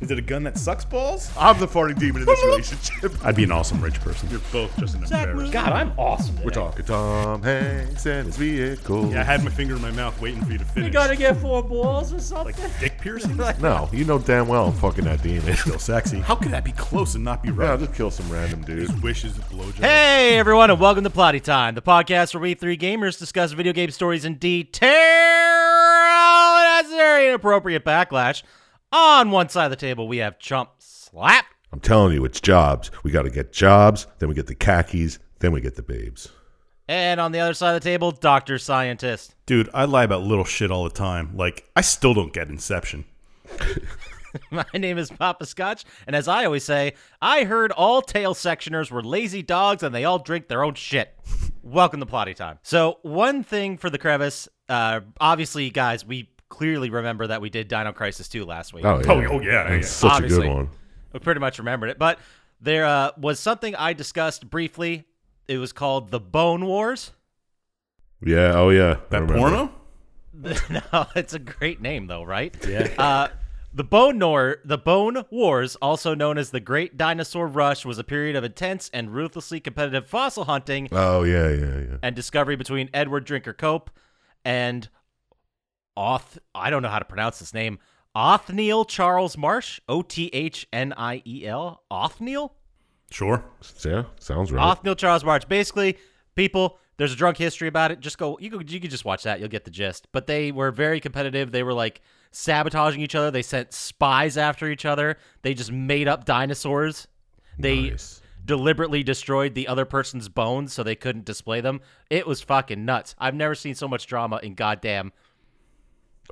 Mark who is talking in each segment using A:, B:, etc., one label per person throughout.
A: Is it a gun that sucks balls?
B: I'm the farting demon in this relationship.
A: I'd be an awesome rich person.
B: You're both just an embarrassment.
A: God, I'm awesome.
B: We're talking Tom Hanks and his vehicle.
C: Yeah, I had my finger in my mouth waiting for you to finish.
D: You gotta get four balls or something.
C: dick piercing.
B: No, you know damn well I'm fucking that demon.
A: Still sexy.
C: How could that be close and not be
B: Yeah, I'll
C: right?
B: just kill some random dude.
C: His wishes of blowjob.
D: Hey everyone, and welcome to Plotty Time, the podcast where we three gamers discuss video game stories in detail and necessary inappropriate backlash. On one side of the table, we have Chump Slap.
B: I'm telling you, it's jobs. We got to get jobs, then we get the khakis, then we get the babes.
D: And on the other side of the table, Dr. Scientist.
C: Dude, I lie about little shit all the time. Like, I still don't get Inception.
D: My name is Papa Scotch, and as I always say, I heard all tail sectioners were lazy dogs and they all drink their own shit. Welcome to Plotty Time. So, one thing for the crevice, uh, obviously, guys, we clearly remember that we did Dino Crisis 2 last week.
B: Oh yeah,
C: Oh, oh, yeah,
B: That's
C: yeah.
B: such a
D: Obviously.
B: good one.
D: I pretty much remembered it. But there uh, was something I discussed briefly. It was called the Bone Wars.
B: Yeah, oh yeah. I
C: That
B: remember.
C: porno?
D: no, it's a great name though, right?
A: Yeah.
D: Uh, the Bone Nor- the Bone Wars, also known as the Great Dinosaur Rush, was a period of intense and ruthlessly competitive fossil hunting
B: Oh yeah, yeah, yeah.
D: and discovery between Edward Drinker Cope and Oth. I don't know how to pronounce this name. Othniel Charles Marsh, O T H N I E L, Othniel.
C: Sure.
B: Yeah, sounds right.
D: Othniel Charles March. Basically, people, there's a drunk history about it. Just go, you could, you could just watch that. You'll get the gist. But they were very competitive. They were like sabotaging each other. They sent spies after each other. They just made up dinosaurs. They
B: Nice.
D: deliberately destroyed the other person's bones so they couldn't display them. It was fucking nuts. I've never seen so much drama in goddamn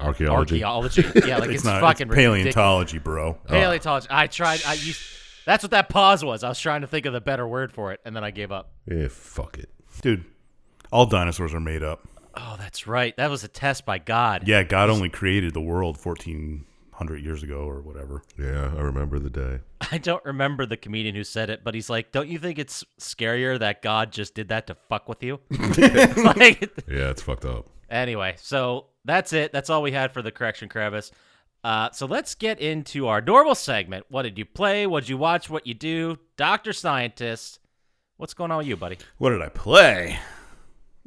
B: Archaeology.
D: archaeology. Yeah, like it's,
C: it's oh. not
D: fucking
C: it's paleontology, bro.
D: ridiculous. Paleontology. I tried. I used, that's what that pause was. I was trying to think of the better word for it, and then I gave up.
B: yeah, fuck it.
C: Dude, all dinosaurs are made up.
D: Oh, that's right. That was a test by God.
C: Yeah, God only created the world 1400 years ago or whatever.
B: Yeah, I remember the day.
D: I don't remember the comedian who said it, but he's like, "Don't you think it's scarier that God just did that to fuck with you?" like,
B: Yeah, it's fucked up.
D: anyway, so that's it. That's all we had for the correction crevice. Uh, so let's get into our normal segment. What did you play? What did you watch? What you do? Doctor Scientist, what's going on with you, buddy?
C: What did I play?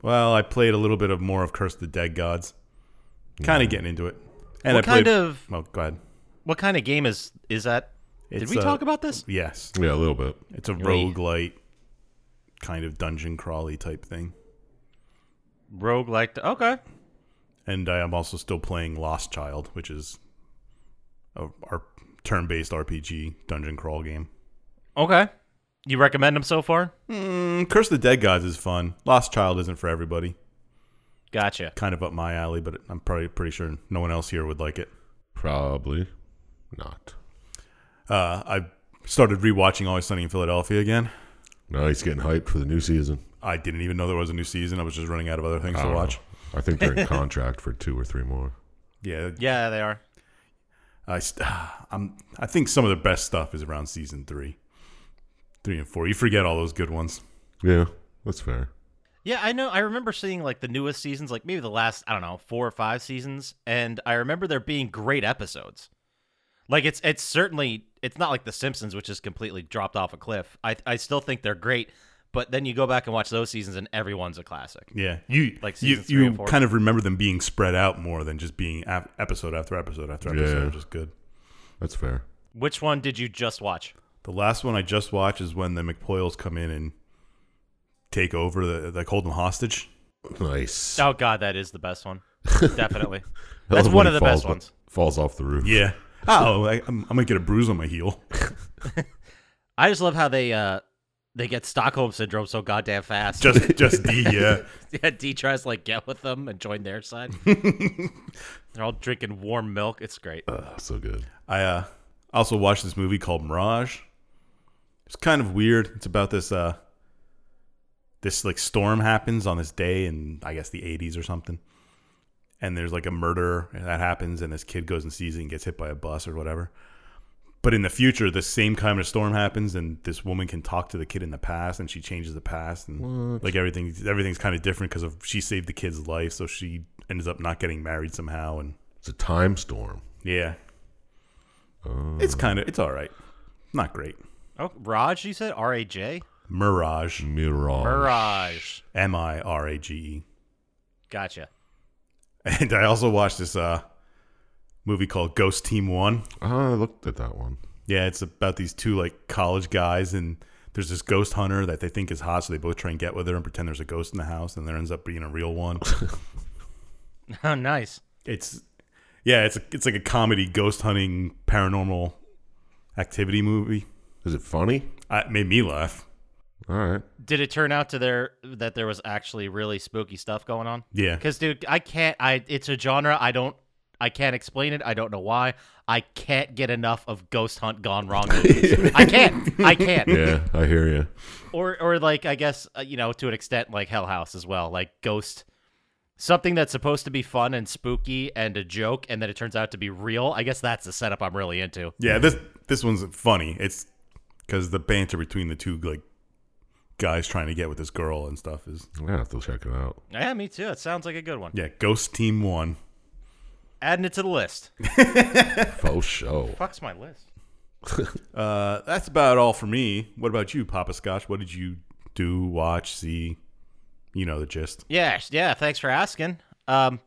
C: Well, I played a little bit of more of Curse of the Dead Gods. Kind of getting into it. And
D: What
C: I played,
D: kind of-
C: Well, go ahead.
D: What kind of game is is that? Did
C: It's
D: we
C: a-
D: talk about this?
C: Yes.
B: Yeah, a little bit.
C: It's a
D: Really?
C: roguelite kind of dungeon crawly type thing.
D: Rogue like okay.
C: And I am also still playing Lost Child, which is a our turn-based RPG dungeon crawl game.
D: Okay. You recommend them so far?
C: Mm, Curse of the Dead Gods is fun. Lost Child isn't for everybody.
D: Gotcha.
C: Kind of up my alley, but I'm probably pretty sure no one else here would like it.
B: Probably not.
C: Uh, I started rewatching Always Sunny in Philadelphia again.
B: No, he's getting hyped for the new season.
C: I didn't even know there was a new season. I was just running out of other things
B: I
C: to
B: don't
C: watch.
B: know. I think they're in contract for two or three more.
C: Yeah,
D: Yeah, they are.
C: I st- I'm I think some of the best stuff is around season three, three and four. You forget all those good ones.
B: Yeah, that's fair.
D: Yeah, I know. I remember seeing like the newest seasons, like maybe the last, I don't know, four or five seasons, and I remember there being great episodes. Like it's it's certainly it's not like The Simpsons, which is completely dropped off a cliff. I I still think they're great, but then you go back and watch those seasons, and everyone's a classic.
C: Yeah, you
D: Like
C: you,
D: season three
C: you
D: and four.
C: kind of remember them being spread out more than just being ap- episode after episode after episode,
B: Yeah.
C: which is good.
B: That's fair.
D: Which one did you just watch?
C: The last one I just watched is when the McPoyles come in and take over, the, like hold them hostage.
B: Nice.
D: Oh God, that is the best one. Definitely, that's one of the best ones.
B: Falls off the roof.
C: Yeah. Oh, I, I'm, I might get a bruise on my heel.
D: I just love how they uh they get Stockholm syndrome so goddamn fast.
C: Just, just uh, D. Yeah.
D: Yeah, D tries to like get with them and join their side. They're all drinking warm milk. It's great.
B: Ah, so good.
C: I uh, also watched this movie called Mirage. It's kind of weird. It's about this uh, this like storm happens on this day in I guess the 80s or something, and there's like a murder that happens, and this kid goes and sees it and gets hit by a bus or whatever. But in the future, the same kind of storm happens, and this woman can talk to the kid in the past, and she changes the past, and like everything, everything's kind of different because of she saved the kid's life, so she ends up not getting married somehow, and
B: It's a time storm.
C: yeah, It's kind of it's all right. Not great.
D: Oh, Raj, you said R A J?
C: Mirage.
B: Mirage.
D: Mirage.
C: M I R A G E.
D: Gotcha.
C: And I also watched this uh, movie called Ghost Team One.
B: Oh, I looked at that one.
C: Yeah, it's about these two like college guys, and there's this ghost hunter that they think is hot, so they both try and get with her and pretend there's a ghost in the house, and there ends up being a real one.
D: Oh, nice.
C: it's yeah, it's it's like a comedy ghost hunting paranormal activity movie.
B: Is it funny?
C: Uh, it made me laugh.
B: All right.
D: Did it turn out to there that there was actually really spooky stuff going on?
C: Yeah,
D: Because, dude, I can't. I it's a genre I don't. I can't explain it. I don't know why. I can't get enough of Ghost Hunt Gone Wrong. movies. I can't. I can't.
B: Yeah, I hear you.
D: Or, or like I guess uh, you know to an extent like Hell House as well. Like Ghost, something that's supposed to be fun and spooky and a joke, and then it turns out to be real. I guess that's the setup I'm really into.
C: yeah. This this one's funny. It's because the banter between the two like guys trying to get with this girl and stuff is
B: I'm gonna have to check it out.
D: Yeah, me too. It sounds like a good one.
C: yeah. Ghost Team One.
D: Adding it to the list.
B: Faux show.
D: Fuck's my list.
C: Uh, that's about all for me. What about you, Papa Scotch? What did you do, watch, see? You know the gist.
D: Yeah, sh- yeah. Thanks for asking. Um,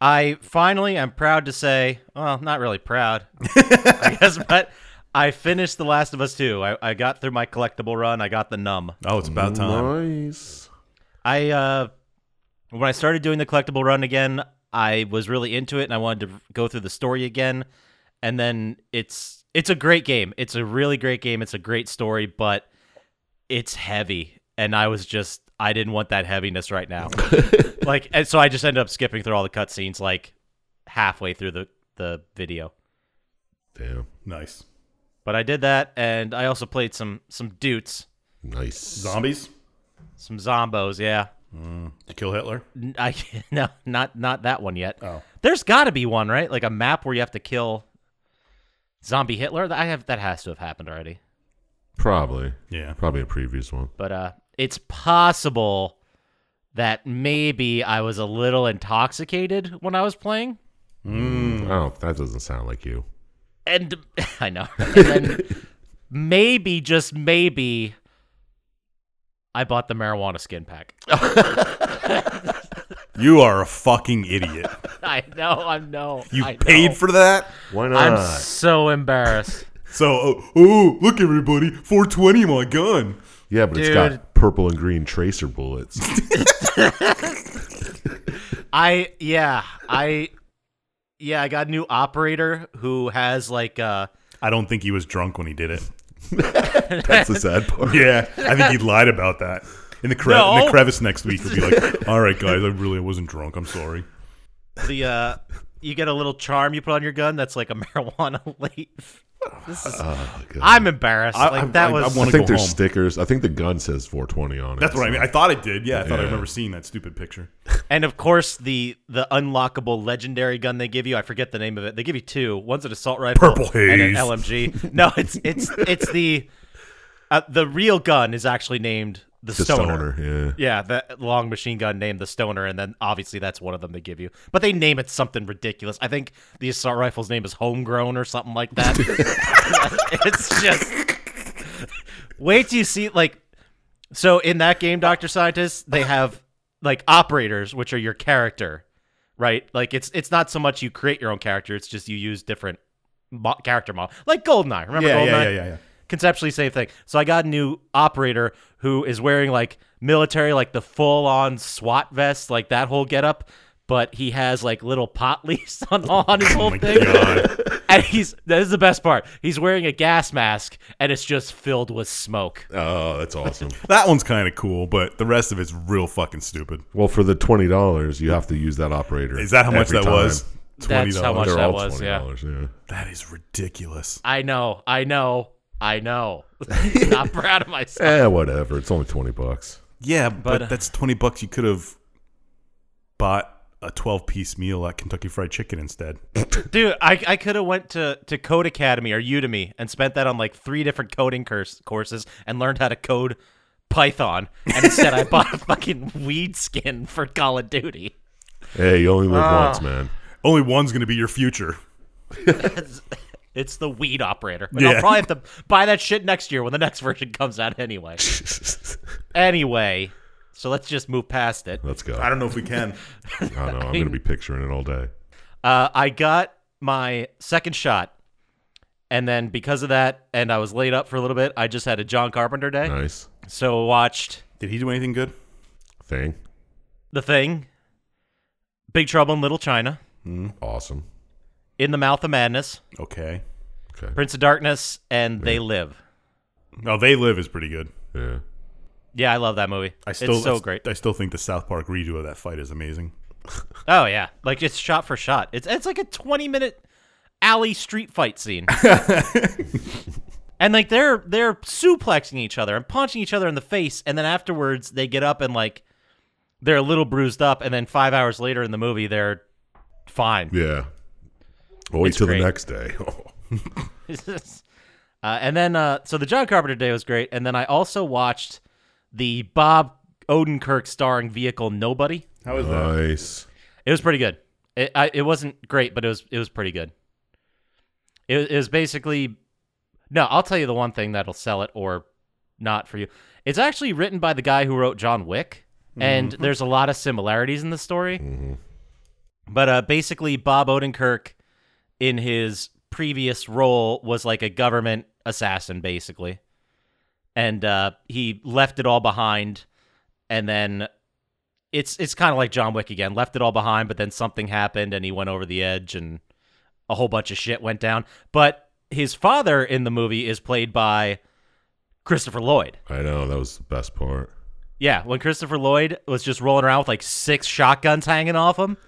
D: I finally, I'm proud to say, well, not really proud, I guess, but I finished The Last of Us 2. I, I got through my collectible run. I got the numb.
C: Oh, it's about
B: Mm-hmm.
C: time.
B: Nice.
D: I uh, when I started doing the collectible run again, I was really into it, and I wanted to go through the story again. And then it's it's a great game. It's a really great game. It's a great story, but it's heavy, and I was just I didn't want that heaviness right now. like, and so I just ended up skipping through all the cutscenes like halfway through the the video.
B: Damn.
C: Nice.
D: But I did that, and I also played some some dudes,
B: Nice.
C: Zombies?
D: some zombos. Yeah,
C: To kill Hitler?
D: N- I no, not not that one yet.
C: Oh.
D: There's got to be one, right? Like a map where you have to kill zombie Hitler. That- I have that has to have happened already.
B: Probably.
C: Yeah.
B: Probably a previous one.
D: But uh it's possible that maybe I was a little intoxicated when I was playing.
C: Hmm.
B: Oh, that doesn't sound like you.
D: And I know. And then maybe just maybe I bought the marijuana skin pack.
C: You are a fucking idiot.
D: I know, I know.
C: You
D: I
C: paid
D: know.
C: for that?
B: Why not?
D: I'm so embarrassed.
C: So, oh, oh, look, everybody, 420 my gun.
B: yeah, but it's
D: Dude.
B: got purple and green tracer bullets.
D: I yeah, I yeah, I got a new operator who has like uh
C: I don't think he was drunk when he did it.
B: That's the sad part.
C: Yeah, I think he lied about that. In the, cre- in
D: No.
C: the crevice next week, he'll be like, all right, guys, I really wasn't drunk. I'm sorry.
D: the uh you get a little charm you put on your gun that's like a marijuana leaf. This is,
B: Oh, God.
D: I'm embarrassed. like that
C: I-
D: was
C: I
B: I
C: wanna
B: think
C: go
B: there's
C: home.
B: stickers. I think the gun says 420 on it.
C: That's what I
B: so-
C: mean. I thought it did. Yeah, I thought I
B: Yeah.
C: remember seeing that stupid picture.
D: and of course the the unlockable legendary gun they give you, I forget the name of it. They give you two. One's an assault rifle
C: Purple
D: and an
C: haze.
D: LMG. No, it's it's it's the uh, the real gun is actually named the,
B: The stoner. yeah.
D: Yeah, that long machine gun named the Stoner, and then obviously that's one of them they give you. But they name it something ridiculous. I think the assault rifle's name is Homegrown or something like that. it's just. Wait till you see, like. So in that game, Dr. Scientist, they have, like, operators, which are your character, right? Like, it's it's not so much you create your own character, it's just you use different mo- character model. Like Goldeneye. Remember
C: Yeah,
D: Goldeneye?
C: yeah, yeah, yeah, yeah.
D: conceptually same thing. So I got a new operator who is wearing like military, like the full on SWAT vest, like that whole getup. But he has like little pot leaves on, on his whole
C: Oh my
D: thing,
C: God.
D: and he's that is the best part. He's wearing a gas mask, and it's just filled with smoke.
B: Oh, that's awesome.
C: That one's kind of cool, but the rest of it's real fucking stupid.
B: well, for the twenty dollars, you have to use that operator.
C: Is that how much
B: every
C: that
B: time.
C: was?
D: That's how much
B: They're
D: that
B: all
D: was.
B: twenty
D: Yeah,
B: dollars. Yeah.
C: That is ridiculous.
D: I know, I know, I know. Not proud of myself.
B: Eh, whatever. It's only twenty bucks.
C: Yeah, but,
D: But, uh,
C: that's twenty bucks. You could have bought a twelve-piece meal at Kentucky Fried Chicken instead.
D: Dude, I, I could have went to, to Code Academy or Udemy and spent that on like three different coding curse, courses and learned how to code Python. And instead, I bought a fucking weed skin for Call of Duty.
C: Ah.
B: Hey, you only live once, man.
C: Only one's going to be your future.
D: It's the weed operator. And
C: Yeah.
D: I'll probably have to buy that shit next year when the next version comes out anyway. anyway, so let's just move past it.
B: Let's go.
C: I
B: I
C: don't know if we can.
B: don't know. I'm going to be picturing it all day.
D: Uh, I got my second shot. And then because of that, and I was laid up for a little bit, I just had a John Carpenter day.
B: Nice
D: So watched
C: Did he do anything good?
B: thing.
D: The Thing, Big Trouble in Little China,
B: Awesome.
D: In the Mouth of Madness,
C: Okay.
B: Okay.
D: Prince of Darkness, and They Live.
C: No, Oh, They Live is pretty good.
B: Yeah.
D: Yeah, I love that movie.
C: I still
D: it's so
C: I,
D: great.
C: I still think the South Park redo of that fight is amazing.
D: Oh yeah, like it's shot for shot. It's it's like a twenty minute alley street fight scene. and like they're they're suplexing each other and punching each other in the face, and then afterwards they get up and like they're a little bruised up, and then five hours later in the movie they're fine.
B: Yeah. Well, wait
D: It's
B: till
D: great.
B: the next day.
D: uh, and then uh, so the John Carpenter day was great, and then I also watched the Bob Odenkirk starring vehicle Nobody.
C: How is that?
B: nice.
D: It was pretty good. It I, it wasn't great, but it was it was pretty good. It, was- it was basically no. I'll tell you the one thing that'll sell it or not for you. It's actually written by the guy who wrote John Wick, and there's a lot of similarities in the story.
B: Mm-hmm.
D: But uh, basically, Bob Odenkirk in his previous role was like a government assassin, basically, and uh, he left it all behind, and then it's it's kind of like John Wick again. Left it all behind, but then something happened and he went over the edge and a whole bunch of shit went down. But his father in the movie is played by Christopher Lloyd.
B: I know that was the best part.
D: Yeah, when Christopher Lloyd was just rolling around with like six shotguns hanging off him,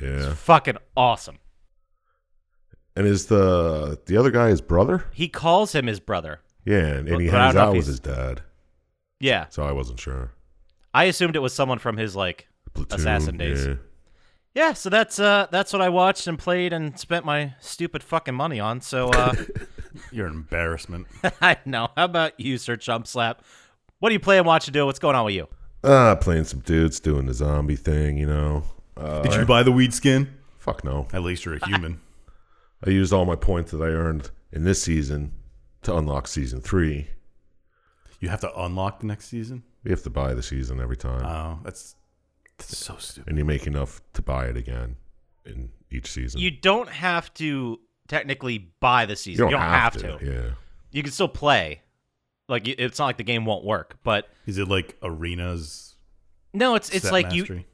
B: Yeah.
D: fucking awesome.
B: And is the the other guy his brother?
D: He calls him his brother.
B: Yeah, and, and he
D: But I
B: hangs
D: don't
B: out
D: know if
B: with
D: he's-
B: his dad.
D: Yeah,
B: So I wasn't sure.
D: I assumed it was someone from his like.
B: Platoon,
D: Assassin Days.
B: yeah.
D: Yeah, so that's uh that's what I watched and played and spent my stupid fucking money on. So uh
C: You're an embarrassment.
D: I know. How about you, Sir Chump Slap? What do you play and watch and do? What's going on with you?
B: Uh, playing some dudes doing the zombie thing, you know. Uh,
C: Did you buy the weed skin?
B: fuck no.
C: At least you're a human.
B: I used all my points that I earned in this season to unlock season three.
C: you have to unlock the next season.
B: You have to buy the season every time,
D: Uh,
C: Oh, that's, that's so stupid.
B: and you make enough to buy it again in each season.
D: You don't have to technically buy the
B: You
D: season. You don't, have, to.
B: Yeah.
D: You can still play. Like you- it's not like the game won't work, but
C: Is it like arenas?
D: no, it's it's
C: set
D: like you
C: mastery?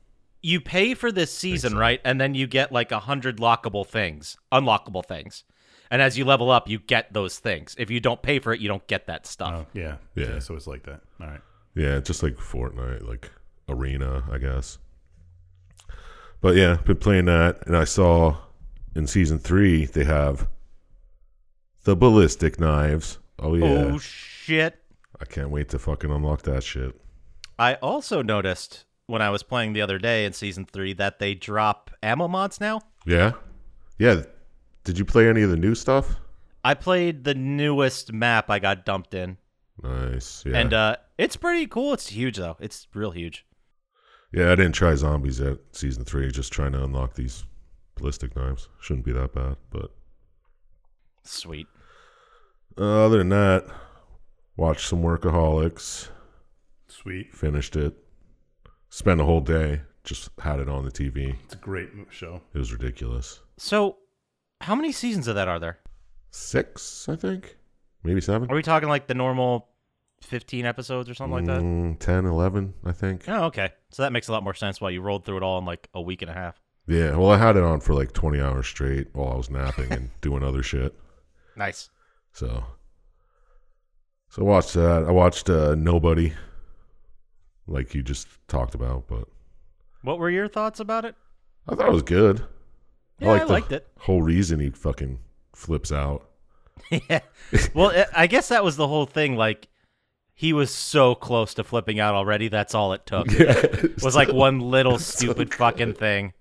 D: you pay for this season, right? And then you get like a hundred lockable things, unlockable things, and as you level up, you get those things. If you don't pay for it, you don't get that stuff.
C: Oh yeah,
B: Yeah.
C: Okay, so it's like that. All right.
B: Yeah, just like Fortnite, like Arena, I guess. But yeah, been playing that, and I saw in season three they have the ballistic knives. Oh yeah,
D: Oh shit!
B: I can't wait to fucking unlock that shit.
D: I also noticed when I was playing the other day in season three that they drop ammo mods now.
B: Yeah, yeah. Did you play any of the new stuff?
D: I played the newest map I got dumped in,
B: Nice. Yeah.
D: and uh, it's pretty cool. It's huge though. It's real huge.
B: yeah, I didn't try zombies at season three. Just trying to unlock these ballistic knives. Shouldn't be that bad, but
D: Sweet.
B: uh, other than that, watch some workaholics.
C: Sweet.
B: finished it spent a whole day just had it on the tv
C: It's a great mo- show.
B: it was ridiculous
D: So, how many seasons of that are there?
B: six i think maybe seven
D: Are we talking like the normal fifteen episodes or something like that?
B: Mm, 10 11 i think
D: Oh, okay. So that makes a lot more sense why you rolled through it all in like a week and a half.
B: yeah well i had it on for like 20 hours straight while i was napping and doing other shit
D: Nice.
B: so so i watched that i watched uh, nobody like you just talked about but
D: What were your thoughts about it?
B: i thought it was good
D: Yeah, I
B: the
D: liked it.
B: whole reason he fucking flips out
D: yeah. Well, I- I guess that was the whole thing. Like, he was so close to flipping out already. That's all it took. was like one little stupid fucking thing.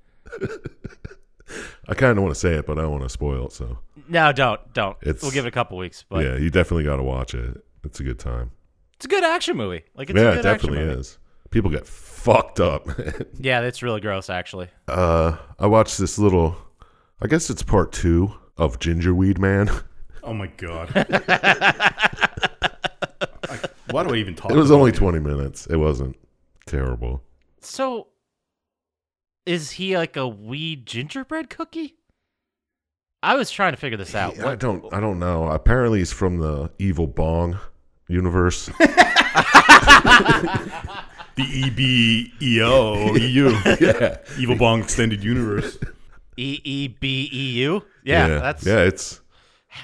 B: i kind of want to say it but i don't want to spoil it so
D: No, don't, don't.
B: It's-
D: we'll give it a couple weeks, but
B: yeah, you definitely got to watch it. It's a good time.
D: it's a good action movie. Like, it's
B: yeah,
D: a good
B: it definitely
D: action movie.
B: is. People get fucked up.
D: Yeah, that's really gross, actually.
B: uh, I watched this little, I guess it's part two of Gingerweed Man.
C: Oh my god. I- why do I even talk?
B: It was
C: about
B: only 20 minutes. It wasn't terrible.
D: So, is he like a wee gingerbread cookie? I was trying to figure this out.
B: I don't I don't know. Apparently he's from the evil bong universe.
C: The E B E O E U. Yeah. Evil Bong Extended Universe.
D: E E B E U. Yeah, that's
B: Yeah, it's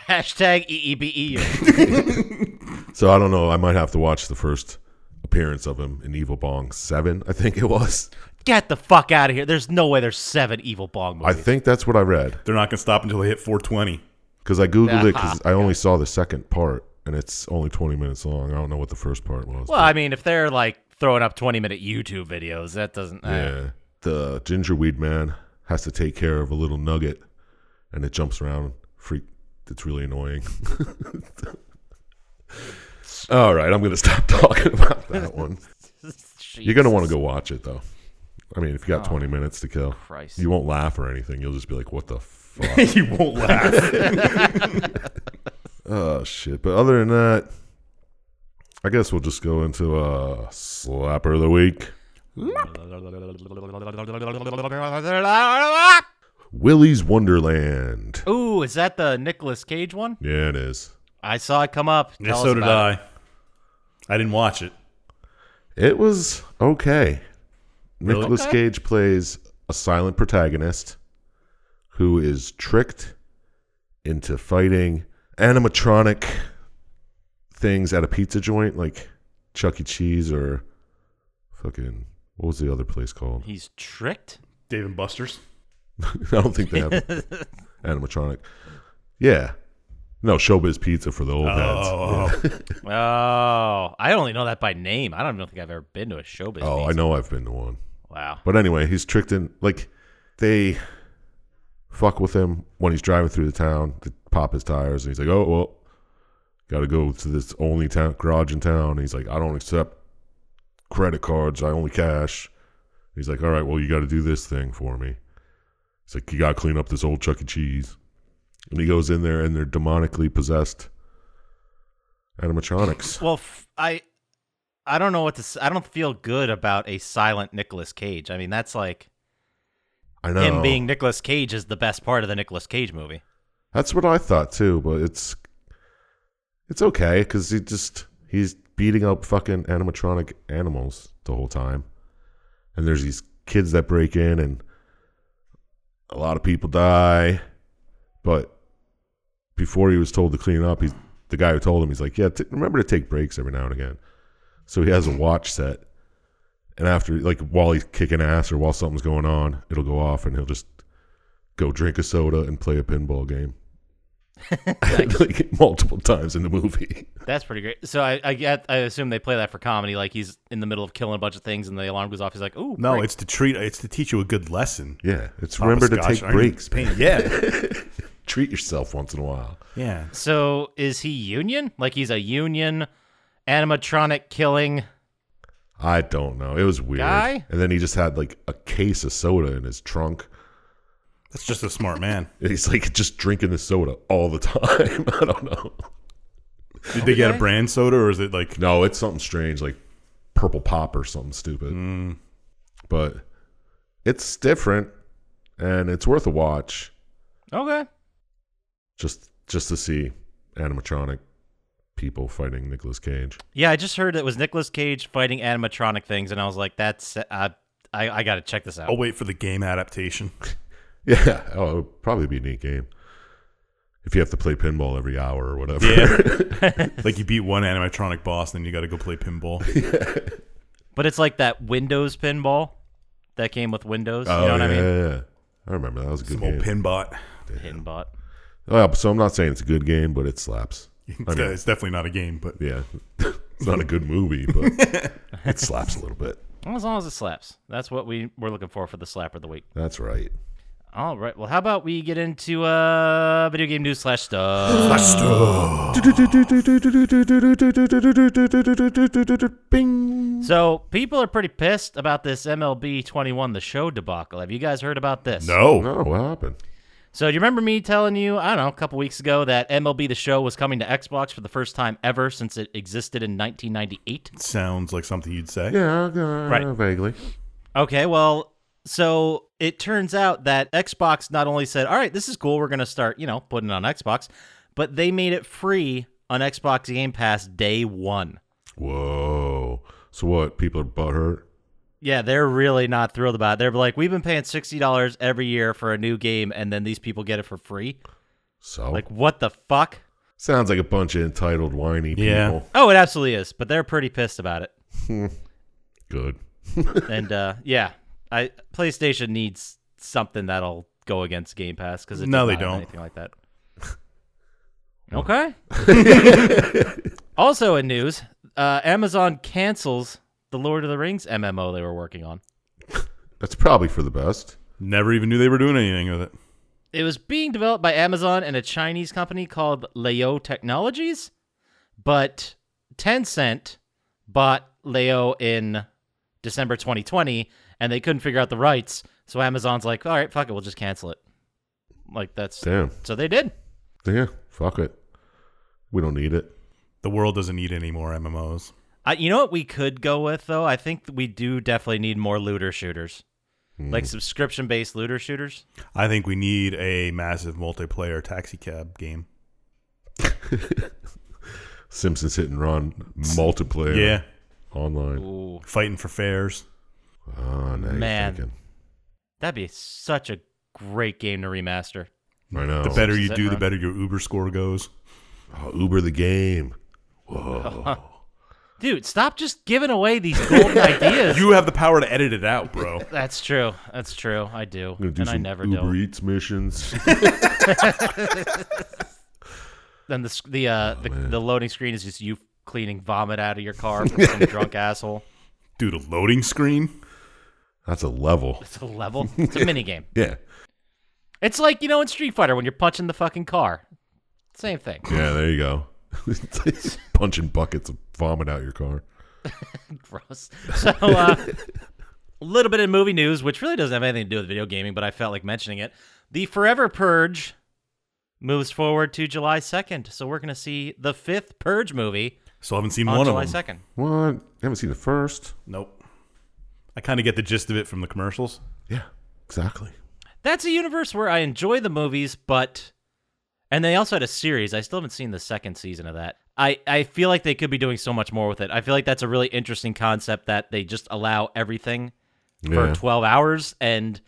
D: hashtag E E B E U.
B: so I don't know. I might have to watch the first appearance of him in Evil Bong 7, I think it was.
D: Get the fuck out of here. There's no way there's seven evil bong
B: I
D: movies.
B: think that's what I read
C: They're not gonna stop until they hit 420.
B: cuz I googled it cuz I only saw the second part and it's only 20 minutes long. I don't know what the first part was.
D: well, I mean, if they're like throwing up 20 minute YouTube videos, that doesn't. Uh,
B: Yeah. The gingerweed man has to take care of a little nugget and it jumps around. Freak. It's really annoying. All right. I'm going to stop talking about that one. You're going to want to go watch it, though. I mean, if you got 20 minutes to kill,
D: Christ.
B: you won't laugh or anything. You'll just be like, what the fuck?
C: you won't laugh.
B: oh, shit. But other than that, I guess we'll just go into uh, Slapper of the Week. Willie's Wonderland.
D: Ooh, is that the Nicolas Cage one?
B: Yeah, it is.
D: I saw it come up.
C: Yeah,
D: Tell us
C: so did
D: about it.
C: I. I didn't watch it.
B: It was okay. Nicholas
D: Okay.
B: Cage plays a silent protagonist who is tricked into fighting animatronic things at a pizza joint like Chuck E. Cheese or fucking what was the other place called?
D: He's tricked?
C: Dave and Buster's.
B: I don't think they have animatronic. Yeah. No, Showbiz Pizza for the old heads.
C: Oh,
D: Oh, I only know that by name. I don't even think I've ever been to a showbiz.
B: Oh, I
D: meet.
B: know I've been to one.
D: Wow.
B: But anyway, he's tricked in. Like they fuck with him when he's driving through the town to pop his tires, and he's like, "Oh well, got to go to this only town garage in town." And he's like, "I don't accept credit cards. I only cash." He's like, "All right, well, you got to do this thing for me." He's like, "You got to clean up this old Chuck E. Cheese," and he goes in there, and they're demonically possessed animatronics.
D: Well, f- I I don't know what to. s- I don't feel good about a silent Nicolas Cage. I mean, that's like
B: I know
D: him being Nicolas Cage is the best part of the Nicolas Cage movie.
B: That's what I thought too, but it's it's okay because he just he's beating up fucking animatronic animals the whole time, and there's these kids that break in, and a lot of people die. But before he was told to clean up, he's the guy who told him. He's like, yeah, t- remember to take breaks every now and again. So he has a watch set, and after like while he's kicking ass or while something's going on, it'll go off, and he'll just go drink a soda and play a pinball game. like multiple times in the movie.
D: That's pretty great. So I I, get, I assume they play that for comedy. Like he's in the middle of killing a bunch of things, and the alarm goes off. He's like, "Ooh,
C: no,
D: break."
C: it's to treat. It's to teach you a good lesson.
B: Yeah, it's
C: Papa
B: remember
C: Scotch,
B: to
C: I
B: take
C: need
B: breaks. man.
C: paint. Yeah,
B: Treat yourself once in a while.
C: yeah.
D: So is he union? Like he's a union animatronic killing?
B: I don't know. It was weird.
D: Guy?
B: And then he just had like a case of soda in his trunk.
C: That's just a smart man.
B: And he's like just drinking the soda all the time. I don't know.
C: Did they get a brand soda or is it like
B: No, it's something strange, like purple pop or something stupid. But it's different and it's worth a watch
D: Okay.
B: just just to see animatronic people fighting Nicolas Cage.
D: Yeah, I just heard it was Nicolas Cage fighting animatronic things, and I was like, "That's uh, I I got to check this out."
C: I'll wait for the game adaptation.
B: Yeah. Oh, it would probably be a neat game. If you have to play pinball every hour or whatever.
C: like you beat one animatronic boss, then you got to go play pinball.
D: But it's like that Windows pinball that came with Windows.
B: oh,
D: you know what
B: yeah,
D: I mean?
B: yeah, yeah. I remember that was a good
C: Some old
B: game.
C: pinbot.
D: Pinbot.
B: Well, so I'm not saying it's a good game, but it slaps. I mean,
C: it's definitely not a game, but
B: yeah. It's not a good movie, but it slaps a little bit.
D: Well, as long as it slaps. That's what we we're looking for for the slapper of the week.
B: That's right.
D: All right. Well, how about we get into uh video game news slash stuff?
B: Bing.
D: so people are pretty pissed about this MLB 21 The Show debacle. Have you guys heard about this?
C: no.
B: Oh, what happened?
D: So do you remember me telling you, I don't know, a couple weeks ago that MLB The Show was coming to Xbox for the first time ever since it existed in 1998?
C: Sounds like something you'd say.
B: Yeah, uh,
D: Right.
B: vaguely.
D: Okay, well, so it turns out that Xbox not only said, "All right, this is cool. We're going to start, you know, putting it on Xbox," but they made it free on Xbox Game Pass day 1.
B: Whoa. So what? People are butthurt.
D: Yeah, they're really not thrilled about it. They're like, "We've been paying $60 every year for a new game and then these people get it for free?"
B: So
D: Like, what the fuck?
B: sounds like a bunch of entitled, whiny
C: Yeah.
B: people.
D: Oh, it absolutely is, but they're pretty pissed about it.
B: Good.
D: and uh, yeah, I PlayStation needs something that'll go against Game Pass because
C: No, they don't.
D: anything like that. okay. also in news, uh, Amazon cancels the Lord of the Rings MMO they were working on.
B: That's probably for the best.
C: Never even knew they were doing anything with it.
D: It was being developed by Amazon and a Chinese company called Leo Technologies, but Tencent bought Leo in December 2020 and they couldn't figure out the rights. So Amazon's like, all right, fuck it, we'll just cancel it. Like, that's.
B: Damn.
D: So they did.
B: Yeah. Fuck it. We don't need it.
C: The world doesn't need any more MMOs.
D: I, you know what we could go with, though? I think we do definitely need more looter shooters, like subscription based looter shooters.
C: I think we need a massive multiplayer taxi cab game.
B: Simpsons hit and run multiplayer.
C: Yeah.
B: Online.
D: Ooh.
C: Fighting for fares.
B: Oh, now
D: Man.
B: you're thinking.
D: That'd be such a great game to remaster.
B: I know.
C: The better you
D: Does that
C: do, the
D: run?
C: better your Uber score goes.
B: Oh, Uber the game. Whoa.
D: Dude, stop just giving away these golden ideas.
C: You have the power to edit it out, bro.
D: That's true. That's true. I do,
B: I'm gonna do
D: and I
B: some
D: never
B: Uber
D: do.
B: Eats missions.
D: Then the sc- the uh,
B: Oh,
D: the, the loading screen is just you cleaning vomit out of your car from some drunk asshole.
C: Dude, a loading screen?
B: That's a level.
D: It's a level. It's a mini game.
B: Yeah.
D: It's like you know in Street Fighter when you're punching the fucking car. Same thing.
B: Yeah, there you go. Punching buckets of vomit out your car.
D: Gross. So uh, a little bit of movie news, which really doesn't have anything to do with video gaming, but I felt like mentioning it. The Forever Purge moves forward to July second, so we're gonna see the fifth Purge movie
C: Still haven't seen
D: on
C: one
D: July
C: of them.
D: second.
B: What? You haven't seen the first?
C: Nope. I kind of get the gist of it from the commercials.
B: Yeah, exactly.
D: that's a universe where I enjoy the movies, but and they also had a series. I still haven't seen the second season of that. I, I feel like they could be doing so much more with it. I feel like that's a really interesting concept that they just allow everything for
B: Yeah.
D: 12 hours and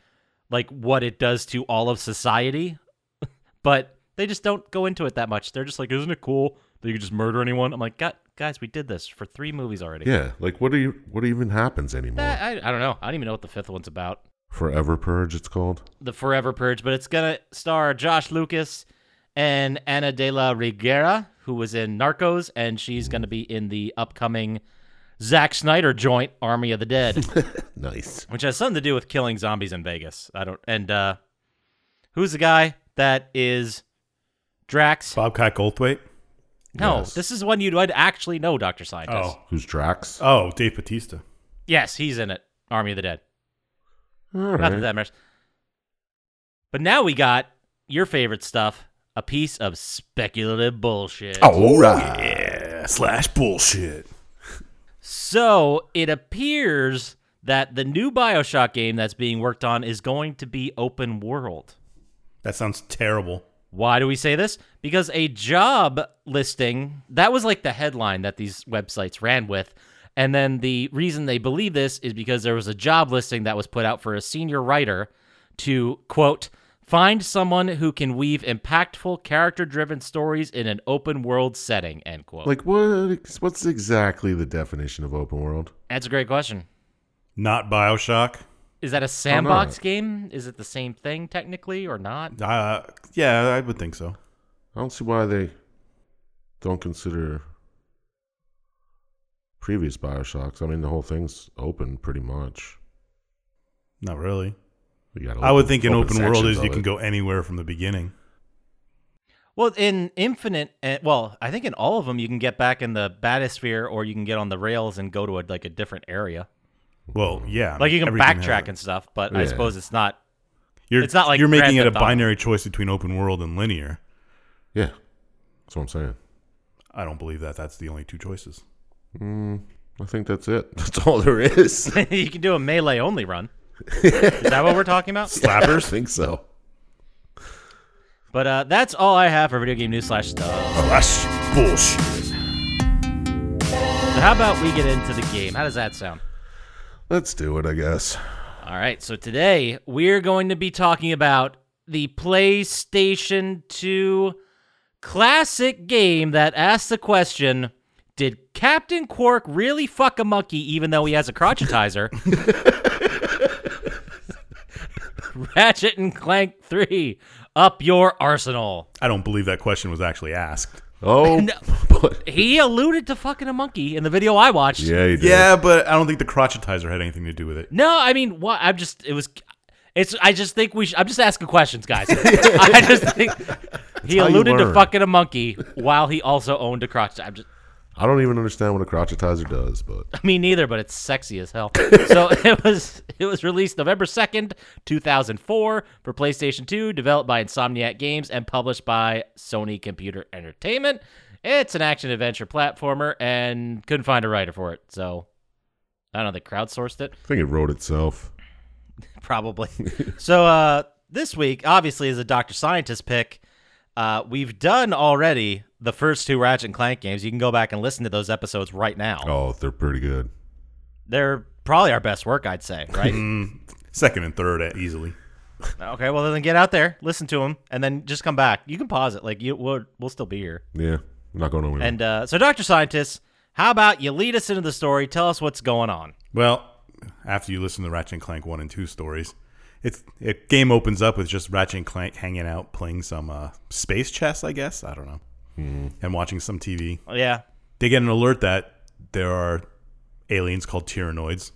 D: like what it does to all of society. but they just don't go into it that much. They're just like, isn't it cool that you could just murder anyone? I'm like, God, guys, we did this for three movies already.
B: Yeah, like what do you? What even happens anymore?
D: That- I, I don't know. I don't even know what the fifth one's about.
B: Forever Purge, it's called.
D: the Forever Purge, but it's gonna star Josh Lucas and Ana de la Riguera, who was in Narcos, and she's gonna be in the upcoming Zack Snyder joint, Army of the Dead,
B: Nice.
D: which has something to do with killing zombies in Vegas. I don't and uh who's the guy that is Drax?
C: Bobcat Goldthwait?
D: no,
B: Yes.
D: this is one you'd I'd actually know, Doctor Scientist.
C: Oh.
B: Who's Drax?
C: Oh, Dave Batista.
D: Yes, he's in it. Army of the Dead.
B: All
D: Not
B: right.
D: that that matters. But now we got your favorite stuff, a piece of speculative bullshit.
B: Oh, all right.
C: Yeah, slash bullshit.
D: So it appears that the new Bioshock game that's being worked on is going to be open world.
C: That sounds terrible.
D: Why do we say this? Because a job listing, that was like the headline that these websites ran with. And then the reason they believe this is because there was a job listing that was put out for a senior writer to, quote, find someone who can weave impactful character driven stories in an open world setting, end quote.
B: Like what? What's exactly the definition of open world?
D: That's a great question.
C: Not Bioshock.
D: Is that a sandbox game? Is it the same thing technically or not?
C: Uh, yeah, I would think so.
B: I don't see why they don't consider previous Bioshocks. I mean, the whole thing's open pretty much.
C: Not really.
B: You got
C: I would think an open world
B: sections
C: is
B: of
C: you can
B: it.
C: go anywhere from the beginning.
D: Well, in Infinite, eh, well, I think in all of them you can get back in the bathysphere, or you can get on the rails and go to a, like a different area.
C: Well, yeah. I
D: Like
C: mean,
D: you can
C: everything has
D: backtrack
C: it.
D: and stuff, but
B: Yeah.
D: I suppose it's not.
C: You You're,
D: It's not like
C: you're making
D: Grand
C: it a
D: Theft Auto.
C: binary choice between open world and linear.
B: Yeah, that's what I'm saying.
C: I don't believe that. That's the only two choices.
B: I think that's it. That's all there is.
D: you can do a melee only run. Is that what we're talking about?
B: Slappers? I think so.
D: But uh, that's all I have for video game news slash stuff.
B: That's bullshit.
D: So how about we get into the game? How does that sound?
B: Let's do it, I guess.
D: All right. So today we're going to be talking about the PlayStation 2 classic game that asks the question. Did Captain Quark really fuck a monkey even though he has a crotchetizer? Ratchet and Clank 3, up your arsenal.
C: I don't believe that question was actually asked.
B: Oh, but-
D: He alluded to fucking a monkey in the video I watched.
B: yeah, you did.
C: Yeah, but I don't think the crotchetizer had anything to do with it.
D: No, I mean, what? I'm just. It was. It's. I just think we. Should, I'm just asking questions, guys. I just think he
B: how you
D: alluded to
B: learn.
D: fucking a monkey while he also owned a crotch. I'm just.
B: I don't even understand what a crotchetizer does, but
D: Me neither, but it's sexy as hell. so it was. It was released November second, two thousand four, for PlayStation Two, developed by Insomniac Games and published by Sony Computer Entertainment. It's an action adventure platformer, and couldn't find a writer for it, so I don't know. They crowdsourced it.
B: I think it wrote itself.
D: probably. so uh, this week, obviously, as a Doctor Scientist pick, uh, we've done already the first two Ratchet and Clank games. You can go back and listen to those episodes right now.
B: Oh, they're pretty good.
D: They're probably our best work, I'd say. Right?
C: Mm, Second and third uh, easily.
D: okay. Well, then get out there, listen to them, and then just come back. You can pause it. Like you, we'll, we'll still be here.
B: Yeah, I'm not going anywhere.
D: And uh, so, Doctor Scientist, how about you lead us into the story? Tell us what's going on.
C: Well, after you listen to Ratchet and Clank one and two stories, it's it game opens up with just Ratchet and Clank hanging out playing some uh, space chess, I guess. I don't know, and watching some TV.
D: Oh, yeah.
C: They get an alert that there are aliens called Tyrannoids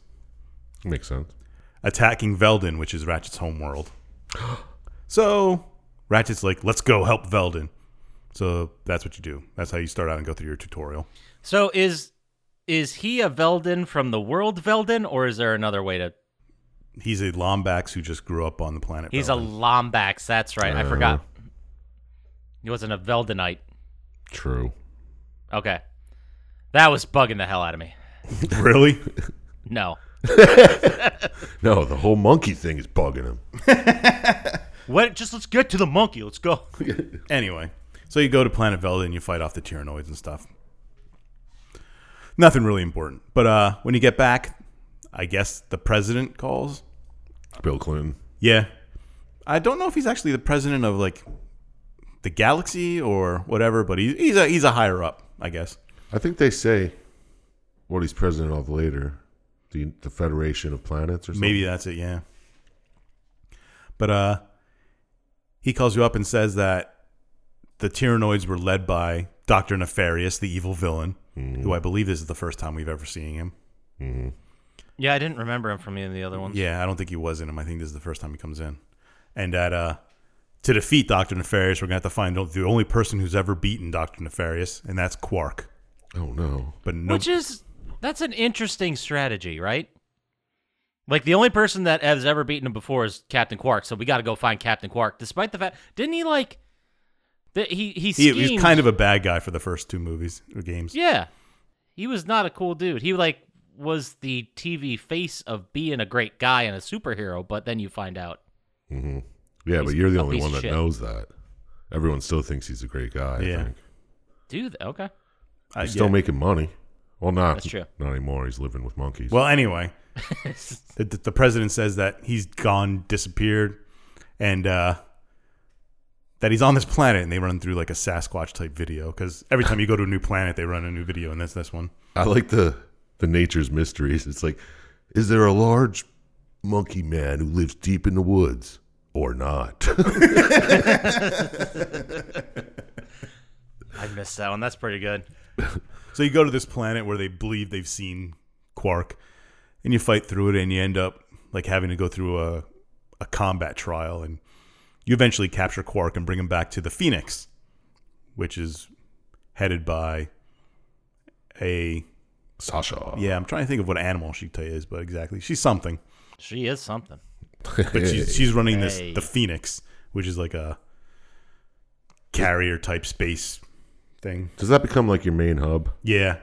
B: Makes sense.
C: attacking Veldin, which is Ratchet's homeworld. so Ratchet's like, "Let's go help Veldin." So that's what you do. That's how you start out and go through your tutorial.
D: So is is he a Veldin from the world Veldin, or is there another way to
C: He's a Lombax who just grew up on the planet.
D: He's
C: Veldin.
D: a Lombax. That's right. I forgot.
C: Uh-huh.
D: He wasn't a Veldonite.
B: True.
D: Okay. That was bugging the hell out of me.
C: really.
D: No.
B: No, the whole monkey thing is bugging him.
D: What? Just let's get to the monkey. Let's go.
C: Anyway, so you go to Planet Velda and you fight off the Tyrannoids and stuff. Nothing really important. But uh, when you get back, I guess the president calls.
B: Bill Clinton.
C: Yeah. I don't know if he's actually the president of like the galaxy or whatever, but he's he's a he's a higher up, I guess.
B: I think they say what he's president of later, the the Federation of Planets or something.
C: Maybe that's it, yeah. But uh he calls you up and says that the Tyrannoids were led by Dr. Nefarious, the evil villain, who I believe this is the first time we've ever seen him.
D: Yeah, I didn't remember him from any of the other ones.
C: Yeah, I don't think he was in him. I think this is the first time he comes in. And that uh, to defeat Doctor Nefarious, we're gonna have to find the only person who's ever beaten Doctor Nefarious, and that's Quark.
B: Oh no.
C: But no,
D: Which is that's an interesting strategy, right? Like the only person that has ever beaten him before is Captain Quark, so we got to go find Captain Quark. Despite the fact, didn't he like that? He
C: he,
D: he schemed.
C: he's kind of a bad guy for the first two movies or games.
D: Yeah. He was not a cool dude. He like was the TV face of being a great guy and a superhero, but then you find out.
B: Mm-hmm. Yeah, but
D: He's
B: you're the
D: a
B: only
D: piece
B: one
D: of
B: that
D: shit.
B: knows that. Everyone still thinks he's a great guy. I
C: Yeah.
B: think.
D: Do that. Okay.
C: I-
B: He's still
C: yeah.
B: making money. Well, not
D: That's true.
B: Not anymore. He's living with monkeys.
C: Well, anyway, the, the president says that he's gone, disappeared, and uh, that he's on this planet. And they run through like a Sasquatch type video because every time you go to a new planet, they run a new video, and that's this one.
B: I like the the nature's mysteries. It's like, is there a large monkey man who lives deep in the woods or not?
D: I missed that one. That's pretty good.
C: So you go to this planet where they believe they've seen Quark, and you fight through it, and you end up like having to go through a a combat trial, and you eventually capture Quark and bring him back to the Phoenix, which is headed by a
B: Sasha.
C: yeah. I'm trying to think of what animal she t- is, but exactly she's something.
D: She is something.
C: but she's, she's running this
D: Hey.
C: the Phoenix, which is like a carrier type space thing.
B: Does that become like your main hub?
C: Yeah,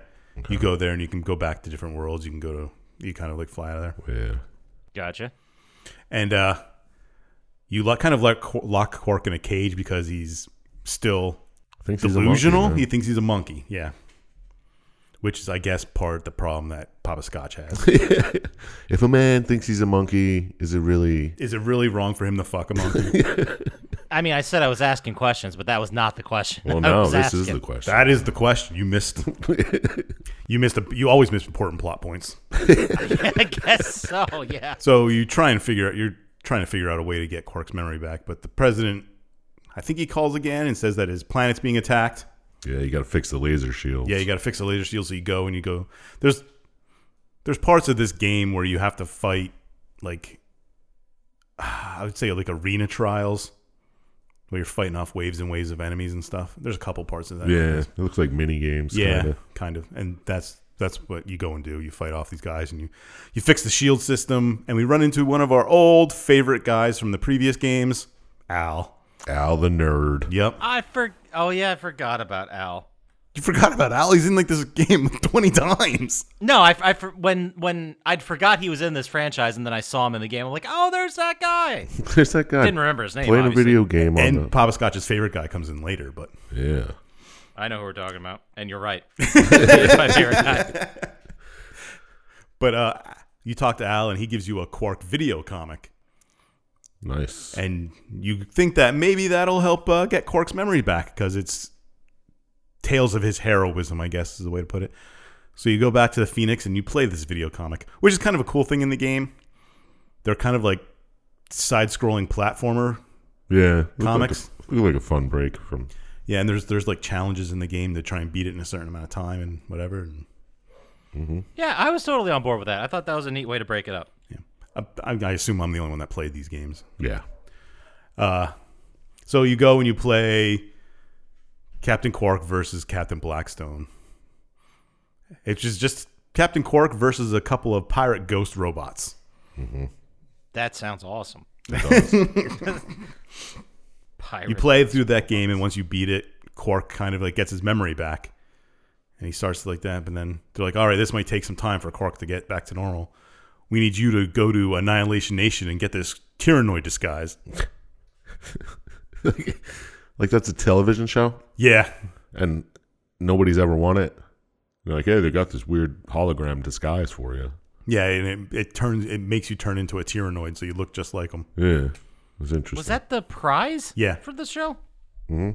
C: you go there and you can go back to different worlds. You can go to you kind of like fly out of there,
B: Yeah.
D: Gotcha.
C: and uh, you lock, kind of like Qu- lock Quark in a cage because he's still
B: Thinks he's a monkey,
C: delusional.
B: man.
C: he thinks he's a monkey. Yeah. Which is, I guess, part of the problem that Papa Scotch has.
B: if a man thinks he's a monkey, is it really?
C: is it really wrong for him to fuck a monkey?
D: I mean, I said I was asking questions, but that was not the question.
B: Well,
D: I
B: no.
D: was
B: This is
D: asking.
B: the question.
C: that is the question. You missed. you missed. A, you always miss important plot points.
D: I guess so. Yeah.
C: So you try and figure out. You're trying to figure out a way to get Quark's memory back, but the president, I think he calls again and says that his planet's being attacked.
B: Yeah, you got to fix the laser shield.
C: Yeah, you got to fix the laser shield. So you go and you go. There's there's parts of this game where you have to fight like I would say like arena trials where you're fighting off waves and waves of enemies and stuff. There's a couple parts of that.
B: Yeah, it looks like mini games.
C: yeah,
B: kinda.
C: kind of. And that's that's what you go and do. You fight off these guys and you you fix the shield system. And we run into one of our old favorite guys from the previous games, Al.
B: Al the nerd.
C: Yep.
D: I for oh yeah, I forgot about Al.
C: You forgot about Al. He's in like this game 20 times.
D: No, I, I for, when when I'd forgot he was in this franchise, and then I saw him in the game. I'm like, oh, there's that guy.
B: There's that guy.
D: Didn't remember his name,
B: Playing
D: obviously.
B: a video game on
C: and Papa Scotch's favorite guy comes in later, but
B: the. Yeah.
D: I know who we're talking about, and you're right. It's my favorite guy.
C: but uh, you talk to Al and he gives you a Quark video comic,
B: Nice.
C: and you think that maybe that'll help uh, get Quark's memory back because it's tales of his heroism, I guess is the way to put it. So you go back to the Phoenix and you play this video comic, which is kind of a cool thing in the game. They're kind of like side-scrolling platformer
B: Yeah. Looked like
C: Comics.
B: a- Looked like a fun break from.
C: Yeah, and there's there's like challenges in the game to try and beat it in a certain amount of time and whatever. And
D: Yeah, I was totally on board with that. I thought that was a neat way to break it up.
C: yeah, I, I I assume I'm the only one that played these games.
B: Yeah.
C: Uh, So you go and you play Captain Quark versus Captain Blackstone. It's just just Captain Quark versus a couple of pirate ghost robots.
D: That sounds awesome. Pirate.
C: You play through that game, and once you beat it, Quark kind of like gets his memory back, and he starts to like that. And then they're like, "All right, this might take some time for Quark to get back to normal. We need you to go to Annihilation Nation and get this Tyrannoid disguise."
B: like that's a television show,
C: Yeah,
B: and nobody's ever won it. They're like, hey, they got this weird hologram disguise for you.
C: yeah, and it, it turns it makes you turn into a Tyrannoid, so you look just like him.
B: Yeah. It was interesting.
D: was that the prize?
C: Yeah.
D: For the show?
B: hmm